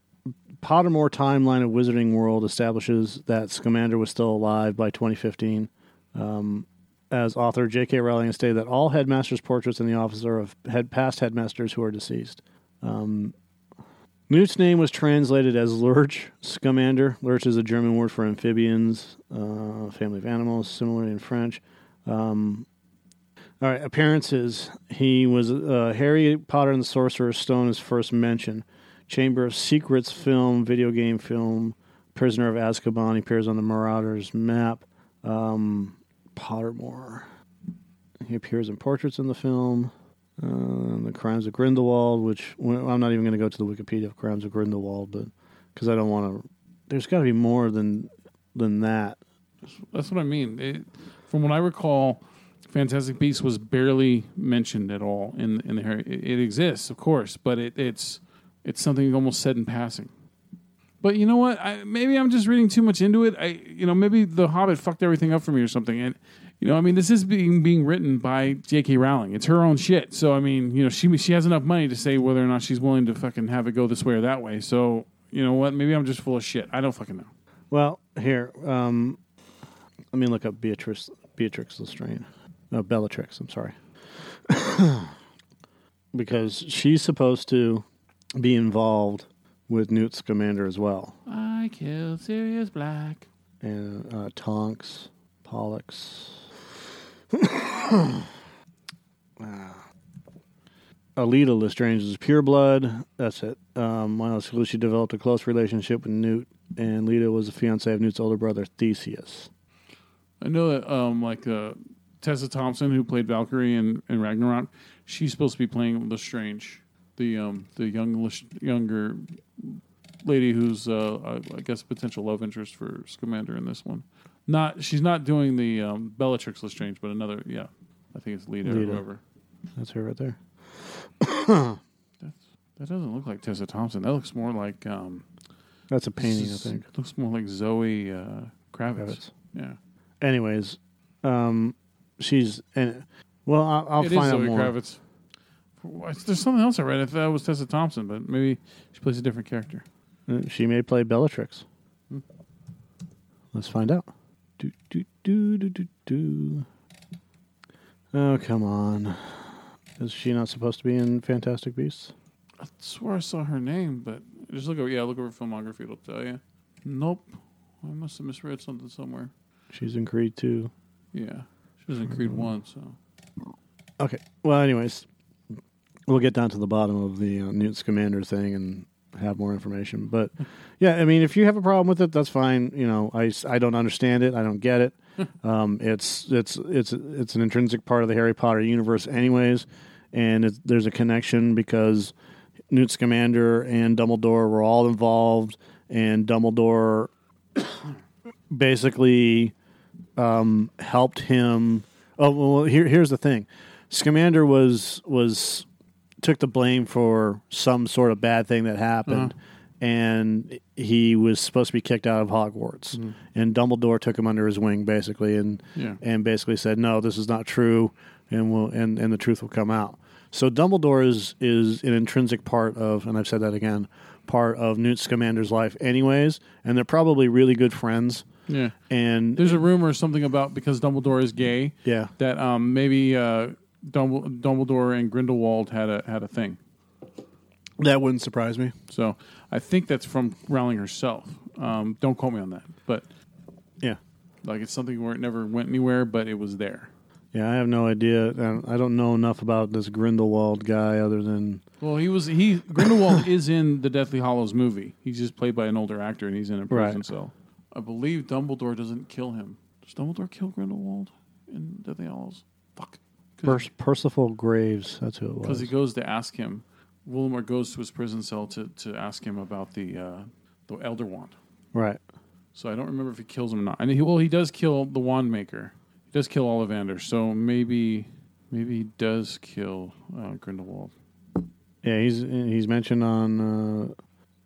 [SPEAKER 2] Pottermore timeline of Wizarding World establishes that Scamander was still alive by 2015. Um, as author J.K. Rowling has stated that all headmasters' portraits in the office are of head past headmasters who are deceased. Um, Newt's name was translated as Lurch Scamander. Lurch is a German word for amphibians, uh, family of animals, similarly in French. Um, all right, appearances. He was uh, Harry Potter and the Sorcerer's Stone is first mentioned. Chamber of Secrets film, video game film, Prisoner of Azkaban he appears on the Marauders map. Um, Pottermore. He appears in portraits in the film. Uh, the Crimes of Grindelwald, which well, I'm not even going to go to the Wikipedia of Crimes of Grindelwald, but because I don't want to. There's got to be more than than that.
[SPEAKER 1] that's what I mean. It, from what I recall, Fantastic Beasts was barely mentioned at all in in the Harry. It, it exists, of course, but it, it's it's something almost said in passing. But you know what? I, maybe I'm just reading too much into it. I, you know, maybe The Hobbit fucked everything up for me or something. And you know, I mean, this is being being written by J.K. Rowling. It's her own shit. So I mean, you know, she she has enough money to say whether or not she's willing to fucking have it go this way or that way. So you know what? Maybe I'm just full of shit. I don't fucking know.
[SPEAKER 2] Well, here, um, let me look up Beatrice Beatrix Lestrange. No, Bellatrix. I'm sorry, because she's supposed to be involved with Newt Scamander as well,
[SPEAKER 1] I killed Sirius Black.
[SPEAKER 2] and uh, Tonks, Pollux. Alita Lestrange is pure blood. That's it. Um, Miles Lucy developed a close relationship with Newt, and Lita was the fiance of Newt's older brother Theseus.
[SPEAKER 1] I know that um, like uh, Tessa Thompson, who played Valkyrie in, in Ragnarok, she's supposed to be playing Lestrange, the um, the young Lest- younger lady who's uh, I, I guess potential love interest for Scamander in this one. Not she's not doing the um, Bellatrix Lestrange, but another yeah, I think it's Lita,
[SPEAKER 2] Lita.
[SPEAKER 1] or whoever.
[SPEAKER 2] That's her right there.
[SPEAKER 1] That doesn't look like Tessa Thompson. That looks more like um,
[SPEAKER 2] That's a painting, I
[SPEAKER 1] s-
[SPEAKER 2] think.
[SPEAKER 1] Looks more like Zoe uh, Kravitz.
[SPEAKER 2] Kravitz.
[SPEAKER 1] Yeah,
[SPEAKER 2] Anyways, um, she's and well, I'll, I'll
[SPEAKER 1] It is
[SPEAKER 2] find out
[SPEAKER 1] Zoe
[SPEAKER 2] more.
[SPEAKER 1] Kravitz. Why- There's something else I read. I thought it was Tessa Thompson, but maybe she plays a different character.
[SPEAKER 2] Uh, She may play Bellatrix.
[SPEAKER 1] Hmm.
[SPEAKER 2] Let's find out. Do do do do do do. Oh come on! Is she not supposed to be in Fantastic Beasts?
[SPEAKER 1] I swear I saw her name, but just look over. Yeah, look over filmography. It'll tell you. Nope, I must have misread something somewhere.
[SPEAKER 2] She's in Creed too.
[SPEAKER 1] Yeah. She was in Creed
[SPEAKER 2] Mm-hmm.
[SPEAKER 1] 1, so.
[SPEAKER 2] Okay. Well, anyways, we'll get down to the bottom of the uh, Newt Scamander thing and have more information. But yeah, I mean, if you have a problem with it, that's fine. You know, I, s- I don't understand it. I don't get it. um, it's it's it's it's an intrinsic part of the Harry Potter universe, anyways, and it's, there's a connection because Newt Scamander and Dumbledore were all involved, and Dumbledore basically um, helped him. Oh well, here, here's the thing: Scamander was was took the blame for some sort of bad thing that happened, and he was supposed to be kicked out of Hogwarts.
[SPEAKER 1] Mhm.
[SPEAKER 2] And Dumbledore took him under his wing, basically, and
[SPEAKER 1] Yeah.
[SPEAKER 2] and basically said, "No, this is not true," and will and, and the truth will come out. So Dumbledore is is an intrinsic part of, and I've said that again, part of Newt Scamander's life, anyways. And they're probably really good friends.
[SPEAKER 1] Yeah.
[SPEAKER 2] And
[SPEAKER 1] There's a rumor or something about because Dumbledore is gay.
[SPEAKER 2] Yeah.
[SPEAKER 1] That um, maybe uh, Dumble- Dumbledore and Grindelwald had a had a thing.
[SPEAKER 2] That wouldn't surprise me.
[SPEAKER 1] So I think that's from Rowling herself. Um, don't quote me on that, but
[SPEAKER 2] yeah,
[SPEAKER 1] like it's something where it never went anywhere, but it was there.
[SPEAKER 2] yeah, I have no idea. I- I don't know enough about this Grindelwald guy other than
[SPEAKER 1] Well, he was he Grindelwald is in the Deathly Hollows movie. He's just played by an older actor, and he's in a prison
[SPEAKER 2] Right.
[SPEAKER 1] cell. I believe Dumbledore doesn't kill him. Does Dumbledore kill Grindelwald in Deathly Hollows?
[SPEAKER 2] Pers- Percival Graves. That's who it
[SPEAKER 1] Because
[SPEAKER 2] was.
[SPEAKER 1] he goes to ask him. Wilmore goes to his prison cell to, to ask him about the uh, the Elder Wand.
[SPEAKER 2] right.
[SPEAKER 1] So I don't remember if he kills him or not. I mean, he, well, he does kill the Wand Maker. He does kill Ollivander. So maybe maybe he does kill uh, Grindelwald.
[SPEAKER 2] Yeah, he's he's mentioned on. Uh,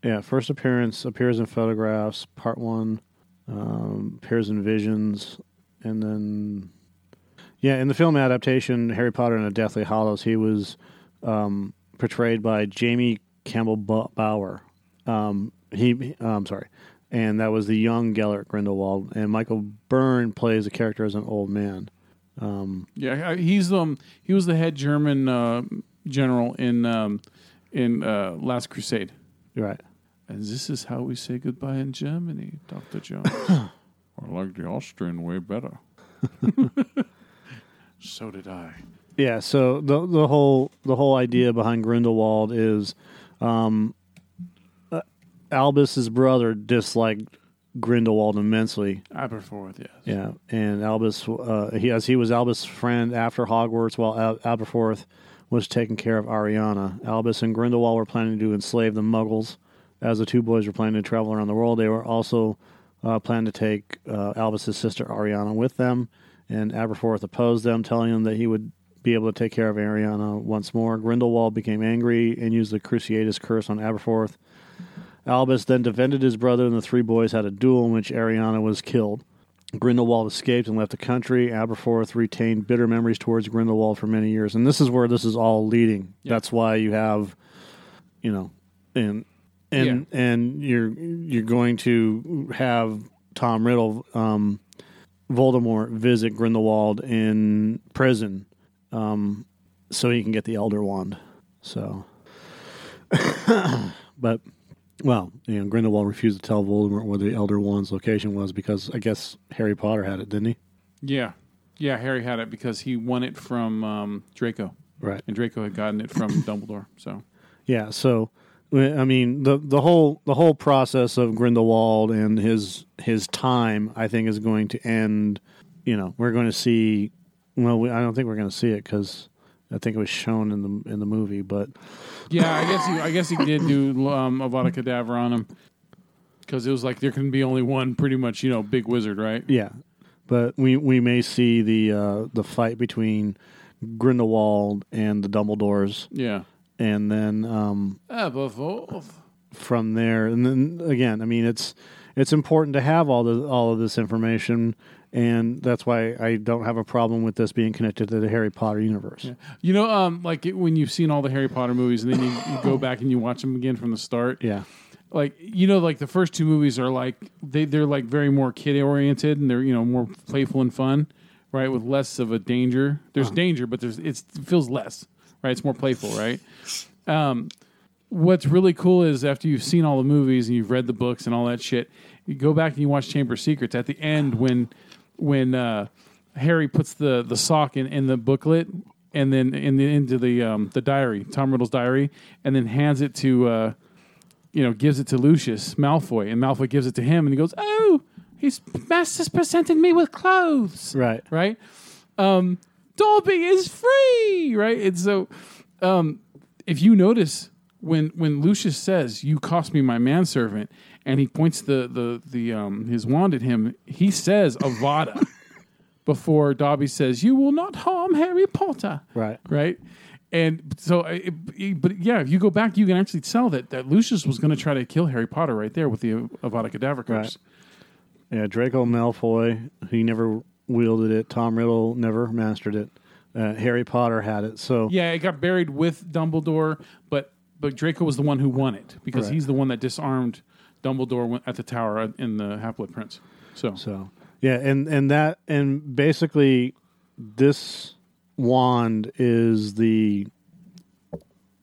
[SPEAKER 2] yeah, first appearance appears in photographs. Part one um, appears in visions, and then yeah, in the film adaptation, Harry Potter and the Deathly Hollows, he was um, portrayed by Jamie Campbell Bo- Bauer. Um, he, uh, I'm sorry, and that was the young Gellert Grindelwald, and Michael Byrne plays the character as an old man. Um,
[SPEAKER 1] Yeah, I- he's um he was the head German uh, general in um in uh, Last Crusade.
[SPEAKER 2] You're right.
[SPEAKER 1] And this is how we say goodbye in Germany, Doctor Jones. I like the Austrian way better. so did I.
[SPEAKER 2] Yeah, so the the whole the whole idea behind Grindelwald is um, uh, Albus's brother disliked Grindelwald immensely.
[SPEAKER 1] Aberforth, yeah.
[SPEAKER 2] Yeah, and Albus uh, he as he was Albus' friend after Hogwarts while Al- Aberforth was taking care of Ariana. Albus and Grindelwald were planning to enslave the Muggles. As the two boys were planning to travel around the world, they were also uh, planning to take uh, Albus's sister Ariana with them. And Aberforth opposed them, telling them that he would be able to take care of Ariana once more. Grindelwald became angry and used the Cruciatus curse on Aberforth. Albus then defended his brother, and the three boys had a duel in which Ariana was killed. Grindelwald escaped and left the country. Aberforth retained bitter memories towards Grindelwald for many years, and this is where this is all leading. That's why you have, you know, and and and you're you're going to have Tom Riddle, um, Voldemort visit Grindelwald in prison, um, so he can get the Elder Wand. So but well, you know, Grindelwald refused to tell Voldemort where the Elder Wand's location was because I guess Harry Potter had it, didn't he?
[SPEAKER 1] Yeah, yeah. Harry had it because he won it from um, Draco,
[SPEAKER 2] Right.
[SPEAKER 1] And Draco had gotten it from Dumbledore. So
[SPEAKER 2] Yeah. So, I mean the the whole the whole process of Grindelwald and his his time, I think, is going to end. You know, we're going to see. Well, we, I don't think we're going to see it because I think it was shown in the in the movie, but
[SPEAKER 1] yeah, I guess he, I guess he did do um, Avada Kedavra on him because it was like there can be only one, pretty much, you know, big wizard, right?
[SPEAKER 2] Yeah, but we we may see the uh, the fight between Grindelwald and the Dumbledores.
[SPEAKER 1] Yeah.
[SPEAKER 2] and then um,
[SPEAKER 1] Aberforth.
[SPEAKER 2] from there, and then again, I mean, it's it's important to have all the all of this information, and that's why I don't have a problem with this being connected to the Harry Potter universe.
[SPEAKER 1] You know, um, like it, when you've seen all the Harry Potter movies and then you, you go back and you watch them again from the start.
[SPEAKER 2] Yeah.
[SPEAKER 1] Like you know, like the first two movies are like they they're like very more kid oriented and they're you know more playful and fun, right? With less of a danger. There's danger, but there's it's, it feels less, right? It's more playful, right? Um, what's really cool is after you've seen all the movies and you've read the books and all that shit, you go back and you watch Chamber of Secrets. At the end, when when uh, Harry puts the the sock in, in the booklet and then in the, into the um, the diary, Tom Riddle's diary, and then hands it to uh, you know gives it to Lucius Malfoy, and Malfoy gives it to him, and he goes, "Oh, he's master's presented me with clothes."
[SPEAKER 2] Right.
[SPEAKER 1] Right. Um, Dolby is free. Right. And so, um, if you notice when when Lucius says, "You cost me my manservant," and he points the the the um, his wand at him, he says Avada before Dobby says, "You will not harm Harry Potter."
[SPEAKER 2] Right.
[SPEAKER 1] Right. And so, I- it, it- but yeah, if you go back, you can actually tell that, that Lucius was going to try to kill Harry Potter right there with the Avada Kedavra curse.
[SPEAKER 2] Yeah, Draco Malfoy, he never wielded it. Tom Riddle never mastered it. Uh, Harry Potter had it. So
[SPEAKER 1] Yeah, it got buried with Dumbledore, but but Draco was the one who won it because
[SPEAKER 2] Right.
[SPEAKER 1] he's the one that disarmed Dumbledore when- at the tower uh, in the Half Blood Prince. So
[SPEAKER 2] so yeah, and and that and basically this wand is the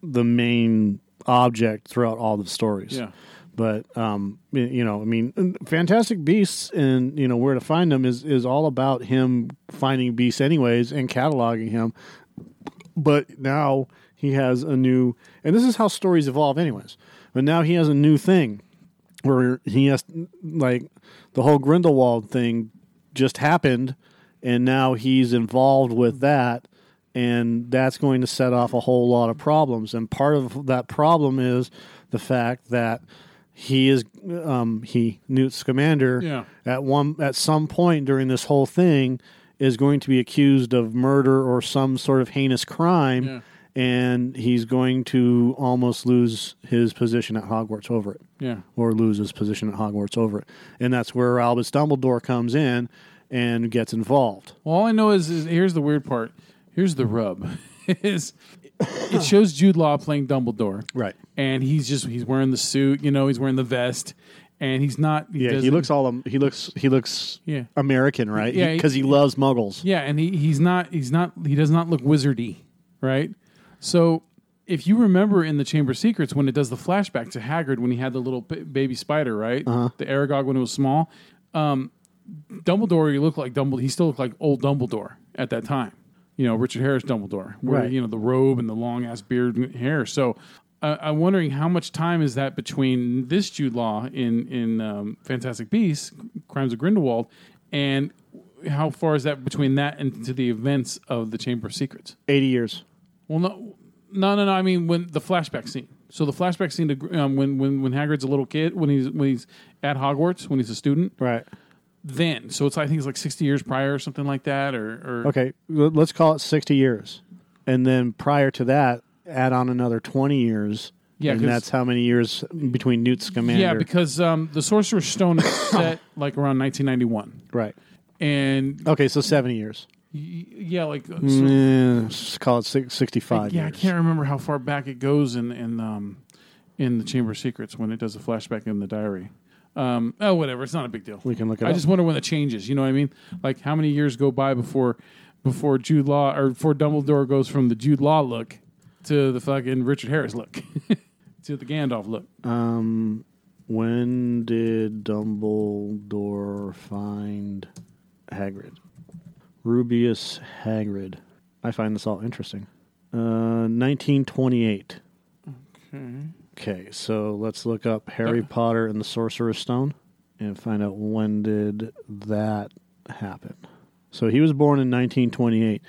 [SPEAKER 2] the main object throughout all the stories.
[SPEAKER 1] Yeah.
[SPEAKER 2] But um, y- you know, I mean, Fantastic Beasts and you know where to find them is is all about him finding beasts, anyways, and cataloging him. But now he has a new, and this is how stories evolve, anyways. But now he has a new thing where he has like the whole Grindelwald thing just happened, and now he's involved with that, and that's going to set off a whole lot of problems. And part of that problem is the fact that he is um, he Newt Scamander
[SPEAKER 1] Yeah.
[SPEAKER 2] at one at some point during this whole thing is going to be accused of murder or some sort of heinous crime.
[SPEAKER 1] Yeah.
[SPEAKER 2] And he's going to almost lose his position at Hogwarts over it
[SPEAKER 1] Yeah.
[SPEAKER 2] or lose his position at Hogwarts over it. And that's where Albus Dumbledore comes in and gets involved.
[SPEAKER 1] Well, all I know is, is here's the weird part. Here's the rub. is it shows Jude Law playing Dumbledore,
[SPEAKER 2] Right.
[SPEAKER 1] And he's just he's wearing the suit, you know, he's wearing the vest, and he's not.
[SPEAKER 2] yeah, he
[SPEAKER 1] doesn't-
[SPEAKER 2] looks all um, he looks he looks
[SPEAKER 1] Yeah.
[SPEAKER 2] American, right?
[SPEAKER 1] Yeah,
[SPEAKER 2] because he, loves Muggles.
[SPEAKER 1] Yeah, and he, he's not he's not he does not look wizardy, right? So if you remember in the Chamber of Secrets when it does the flashback to Hagrid when he had the little b- baby spider, right?
[SPEAKER 2] Uh-huh.
[SPEAKER 1] The Aragog when it was small, um, Dumbledore he looked like Dumbledore. He still looked like old Dumbledore at that time. You know, Richard Harris Dumbledore, where
[SPEAKER 2] Right.
[SPEAKER 1] you know the robe and the long ass beard and hair. So. Uh, I'm wondering how much time is that between this Jude Law in in um, Fantastic Beasts, Crimes of Grindelwald, and how far is that between that and to the events of the Chamber of Secrets?
[SPEAKER 2] Eighty years.
[SPEAKER 1] Well, no, no, no, no. I mean, when the flashback scene. So the flashback scene to um, when when when Hagrid's a little kid, when he's when he's at Hogwarts, when he's a student,
[SPEAKER 2] right?
[SPEAKER 1] Then, so it's I think it's like sixty years prior or something like that, or, or
[SPEAKER 2] Okay, l- let's call it 60 years. And then prior to that, add on another 20 years.
[SPEAKER 1] Yeah,
[SPEAKER 2] and
[SPEAKER 1] 'cause-
[SPEAKER 2] that's how many years between Newt Scamander.
[SPEAKER 1] yeah, because um, the Sorcerer's Stone is set like around nineteen ninety one,
[SPEAKER 2] right.
[SPEAKER 1] and
[SPEAKER 2] Okay, so 70 years.
[SPEAKER 1] yeah, like uh, so-
[SPEAKER 2] Mm, let's call it six, 65
[SPEAKER 1] yeah,
[SPEAKER 2] years.
[SPEAKER 1] I can't remember how far back it goes in in um, in the Chamber of Secrets when it does a flashback in the diary. Um, oh, whatever. It's not a big deal.
[SPEAKER 2] We can look it
[SPEAKER 1] I
[SPEAKER 2] up.
[SPEAKER 1] just wonder when it changes. You know what I mean? Like how many years go by before before Jude Law or before Dumbledore goes from the Jude Law look to the fucking Richard Harris look to the Gandalf look.
[SPEAKER 2] Um, when did Dumbledore find Hagrid? Rubius Hagrid. I find this all interesting. Uh, 1928.
[SPEAKER 1] Okay.
[SPEAKER 2] Okay, so let's look up Harry Potter and the Sorcerer's Stone and find out when did that happen. So he was born in 1928,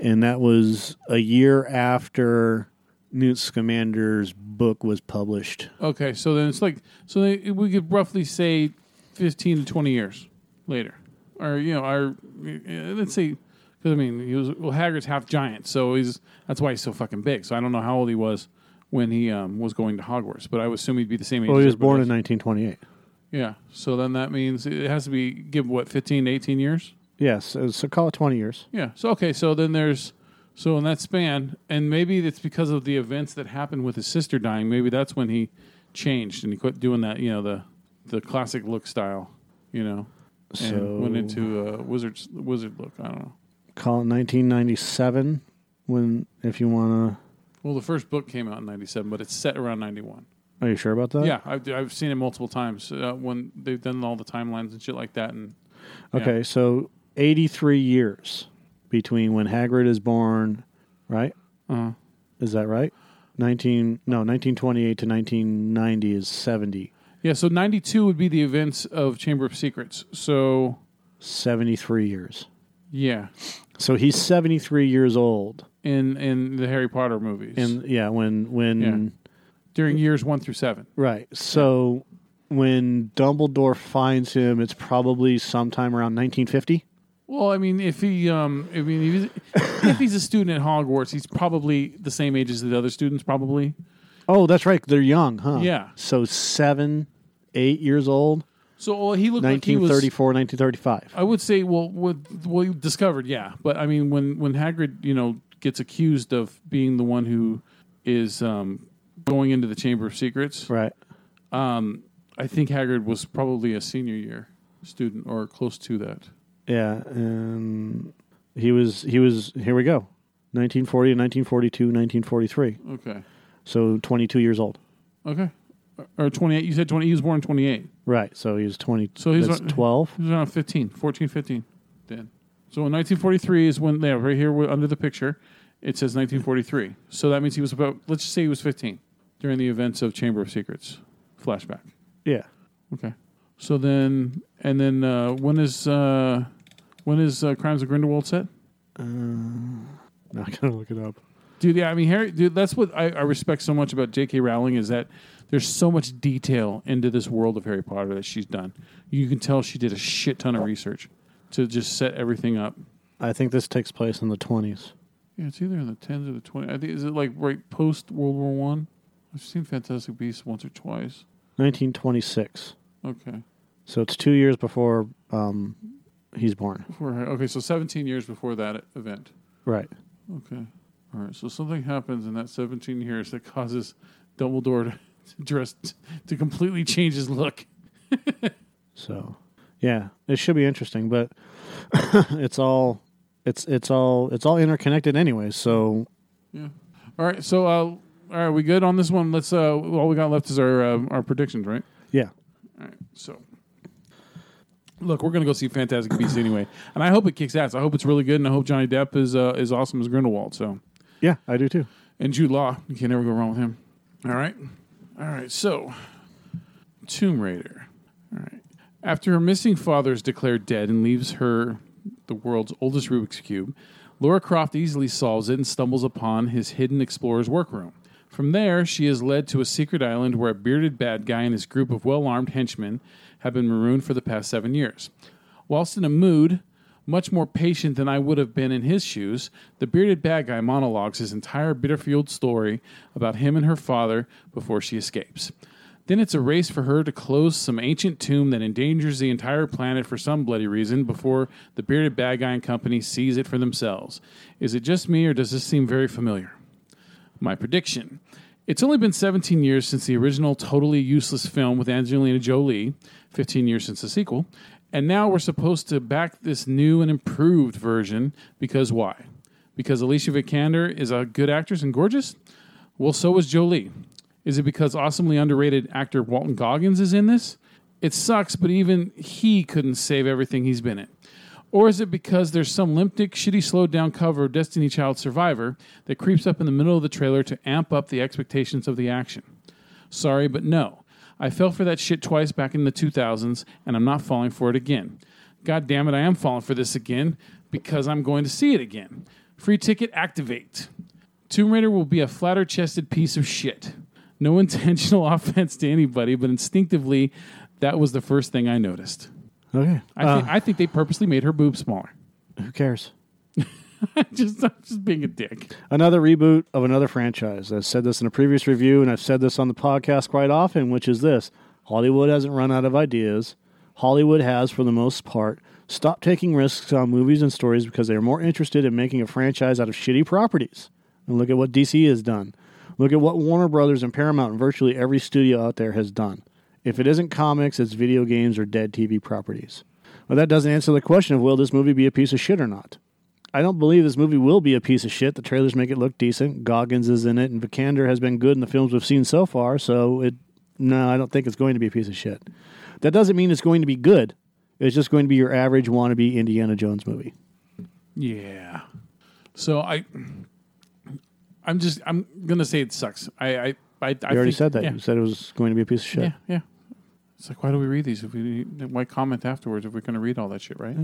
[SPEAKER 2] and that was a year after Newt Scamander's book was published.
[SPEAKER 1] Okay, so then it's like so they, we could roughly say fifteen to twenty years later, or you know, our uh, let's say because I mean he was well Haggard's half giant, so he's that's why he's so fucking big. So I don't know how old he was when he um, was going to Hogwarts, but I would assume he'd be the same age.
[SPEAKER 2] Well,
[SPEAKER 1] as
[SPEAKER 2] he was born
[SPEAKER 1] everybody
[SPEAKER 2] in 1928.
[SPEAKER 1] else. Yeah, so then that means it has to be give what 15 to 18 years.
[SPEAKER 2] Yes, so, so call it 20 years.
[SPEAKER 1] Yeah. So okay. So then there's so in that span, and maybe it's because of the events that happened with his sister dying. Maybe that's when he changed and he quit doing that. You know the the classic look style. You know, and
[SPEAKER 2] So-
[SPEAKER 1] went into a wizard's wizard look. I don't know.
[SPEAKER 2] Call it 1997 when, if you want
[SPEAKER 1] Well, the first book came out in '97, but it's set around '91.
[SPEAKER 2] to. Are you sure about that?
[SPEAKER 1] Yeah, I've, I've seen it multiple times uh, when they've done all the timelines and shit like that. And yeah.
[SPEAKER 2] Okay, so 83 years between when Hagrid is born, right?
[SPEAKER 1] Uh-huh.
[SPEAKER 2] Is that right? 19 no, 1928 to 1990 is 70.
[SPEAKER 1] Yeah, so 92 would be the events of Chamber of Secrets. So
[SPEAKER 2] 73 years.
[SPEAKER 1] yeah,
[SPEAKER 2] So he's 73 years old.
[SPEAKER 1] in in the Harry Potter movies.
[SPEAKER 2] And yeah, when when
[SPEAKER 1] During years 1 through 7.
[SPEAKER 2] Right. So when Dumbledore finds him, it's probably sometime around 1950.
[SPEAKER 1] Well, I mean, if he, um, I mean, if he's, if he's a student at Hogwarts, he's probably the same age as the other students, probably.
[SPEAKER 2] Oh, that's right. They're young, huh? Uh,
[SPEAKER 1] Yeah.
[SPEAKER 2] So seven, eight years old.
[SPEAKER 1] So well, he looked like he was.
[SPEAKER 2] 1934, 1935.
[SPEAKER 1] I would say, well, what well, you discovered, yeah. But I mean, when when Hagrid, you know, gets accused of being the one who is um, going into the Chamber of Secrets,
[SPEAKER 2] right?
[SPEAKER 1] Um, I think Hagrid was probably a senior year student or close to that.
[SPEAKER 2] Yeah. And he was, he was, here we go. 1940 to 1942, 1943.
[SPEAKER 1] Okay.
[SPEAKER 2] So 22 years old.
[SPEAKER 1] Okay, or twenty eight. You said twenty. He was born twenty eight.
[SPEAKER 2] Right. So he was 20.
[SPEAKER 1] So he's
[SPEAKER 2] that's
[SPEAKER 1] ar-
[SPEAKER 2] 12.
[SPEAKER 1] He was around 15, 14, 15 then. So in 1943 is when, yeah, right here we're under the picture, it says 1943. So that means he was about, let's just say he was 15 during the events of Chamber of Secrets flashback.
[SPEAKER 2] Yeah.
[SPEAKER 1] Okay. So then, and then uh, when is uh, when is uh, Crimes of Grindelwald set?
[SPEAKER 2] Uh, not gonna look it up.
[SPEAKER 1] Dude, yeah, I mean, Harry, dude, that's what I, I respect so much about J.K. Rowling is that there's so much detail into this world of Harry Potter that she's done. You can tell she did a shit ton of research to just set everything up.
[SPEAKER 2] I think this takes place in the 20s.
[SPEAKER 1] Yeah, it's either in the tens or the twenties. I think is it like right post World War One. I've seen Fantastic Beasts once or twice.
[SPEAKER 2] 1926.
[SPEAKER 1] Okay,
[SPEAKER 2] So it's two years before um, he's born.
[SPEAKER 1] before okay, so seventeen years before that event.
[SPEAKER 2] Right.
[SPEAKER 1] Okay, all right. So something happens in that seventeen years that causes Dumbledore to dress to completely change his look.
[SPEAKER 2] So, yeah, it should be interesting, but it's all it's it's all it's all interconnected anyway. So
[SPEAKER 1] Yeah. All right. So, uh, all right, we good on this one? Let's. Uh, all we got left is our um our predictions, right?
[SPEAKER 2] yeah,
[SPEAKER 1] All right. So, look, we're gonna go see Fantastic Beasts anyway, and I hope it kicks ass. I hope it's really good, and I hope Johnny Depp is uh, is awesome as Grindelwald. So,
[SPEAKER 2] yeah, I do too.
[SPEAKER 1] and Jude Law, you can never go wrong with him. All right. All right. So, Tomb Raider. All right. After her missing father is declared dead and leaves her the world's oldest Rubik's Cube, Laura Croft easily solves it and stumbles upon his hidden explorer's workroom. From there, she is led to a secret island where a bearded bad guy and his group of well armed henchmen have been marooned for the past seven years. Whilst in a mood much more patient than I would have been in his shoes, the bearded bad guy monologues his entire Bitterfield story about him and her father before she escapes. Then it's a race for her to close some ancient tomb that endangers the entire planet for some bloody reason before the bearded bad guy and company sees it for themselves. Is it just me, or does this seem very familiar? my prediction. It's only been 17 years since the original totally useless film with Angelina Jolie, 15 years since the sequel, and now we're supposed to back this new and improved version because why? Because Alicia Vikander is a good actress and gorgeous? Well, so is Jolie. Is it because awesomely underrated actor Walton Goggins is in this? It sucks, but even he couldn't save everything he's been in. Or is it because there's some limp dick, shitty, slowed down cover of Destiny Child Survivor that creeps up in the middle of the trailer to amp up the expectations of the action? Sorry, but no. I fell for that shit twice back in the 2000s, and I'm not falling for it again. God damn it, I am falling for this again because I'm going to see it again. Free ticket activate. Tomb Raider will be a flatter chested piece of shit. No intentional offense to anybody, but instinctively, that was the first thing I noticed.
[SPEAKER 2] Okay,
[SPEAKER 1] I, thi- I think they purposely made her boob smaller.
[SPEAKER 2] who cares?
[SPEAKER 1] just, I'm just being a dick.
[SPEAKER 2] Another reboot of another franchise. I've said this in a previous review, and I've said this on the podcast quite often, which is this: Hollywood hasn't run out of ideas. Hollywood has, for the most part, stopped taking risks on movies and stories because they are more interested in making a franchise out of shitty properties. And look at what DC has done. Look at what Warner Brothers and Paramount and virtually every studio out there has done. If it isn't comics, it's video games or dead TV properties. But that doesn't answer the question of will this movie be a piece of shit or not. I don't believe this movie will be a piece of shit. The trailers make it look decent. Goggins is in it, and Vikander has been good in the films we've seen so far. So it, no, I don't think it's going to be a piece of shit. That doesn't mean it's going to be good. It's just going to be your average wannabe Indiana Jones movie.
[SPEAKER 1] Yeah. So I, I'm just I'm gonna say it sucks. I I I, I
[SPEAKER 2] You already
[SPEAKER 1] think-
[SPEAKER 2] said that.
[SPEAKER 1] yeah.
[SPEAKER 2] You said it was going to be a piece of shit.
[SPEAKER 1] Yeah, yeah. It's like why do we read these if we why comment afterwards if we're gonna read all that shit, right?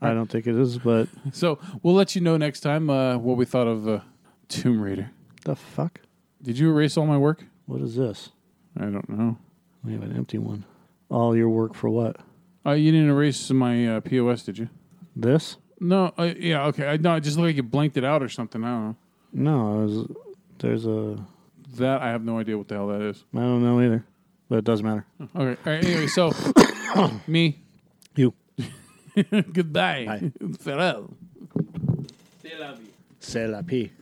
[SPEAKER 2] I don't think it is, but
[SPEAKER 1] So we'll let you know next time uh, what we thought of uh, Tomb Raider.
[SPEAKER 2] The fuck?
[SPEAKER 1] Did you erase all my work?
[SPEAKER 2] What is this?
[SPEAKER 1] I don't know.
[SPEAKER 2] We have an empty one. All your work for what?
[SPEAKER 1] Uh, you didn't erase my uh, POS, did you?
[SPEAKER 2] This?
[SPEAKER 1] No. Uh, yeah. Okay. I, no. It just looked like you blanked it out or something. I don't know.
[SPEAKER 2] No, it was, there's a.
[SPEAKER 1] That I have no idea what the hell that is.
[SPEAKER 2] I don't know either, but it doesn't matter.
[SPEAKER 1] Okay. All right. Anyway, so me,
[SPEAKER 2] you.
[SPEAKER 1] Goodbye. Farewell.
[SPEAKER 2] C'est la pie.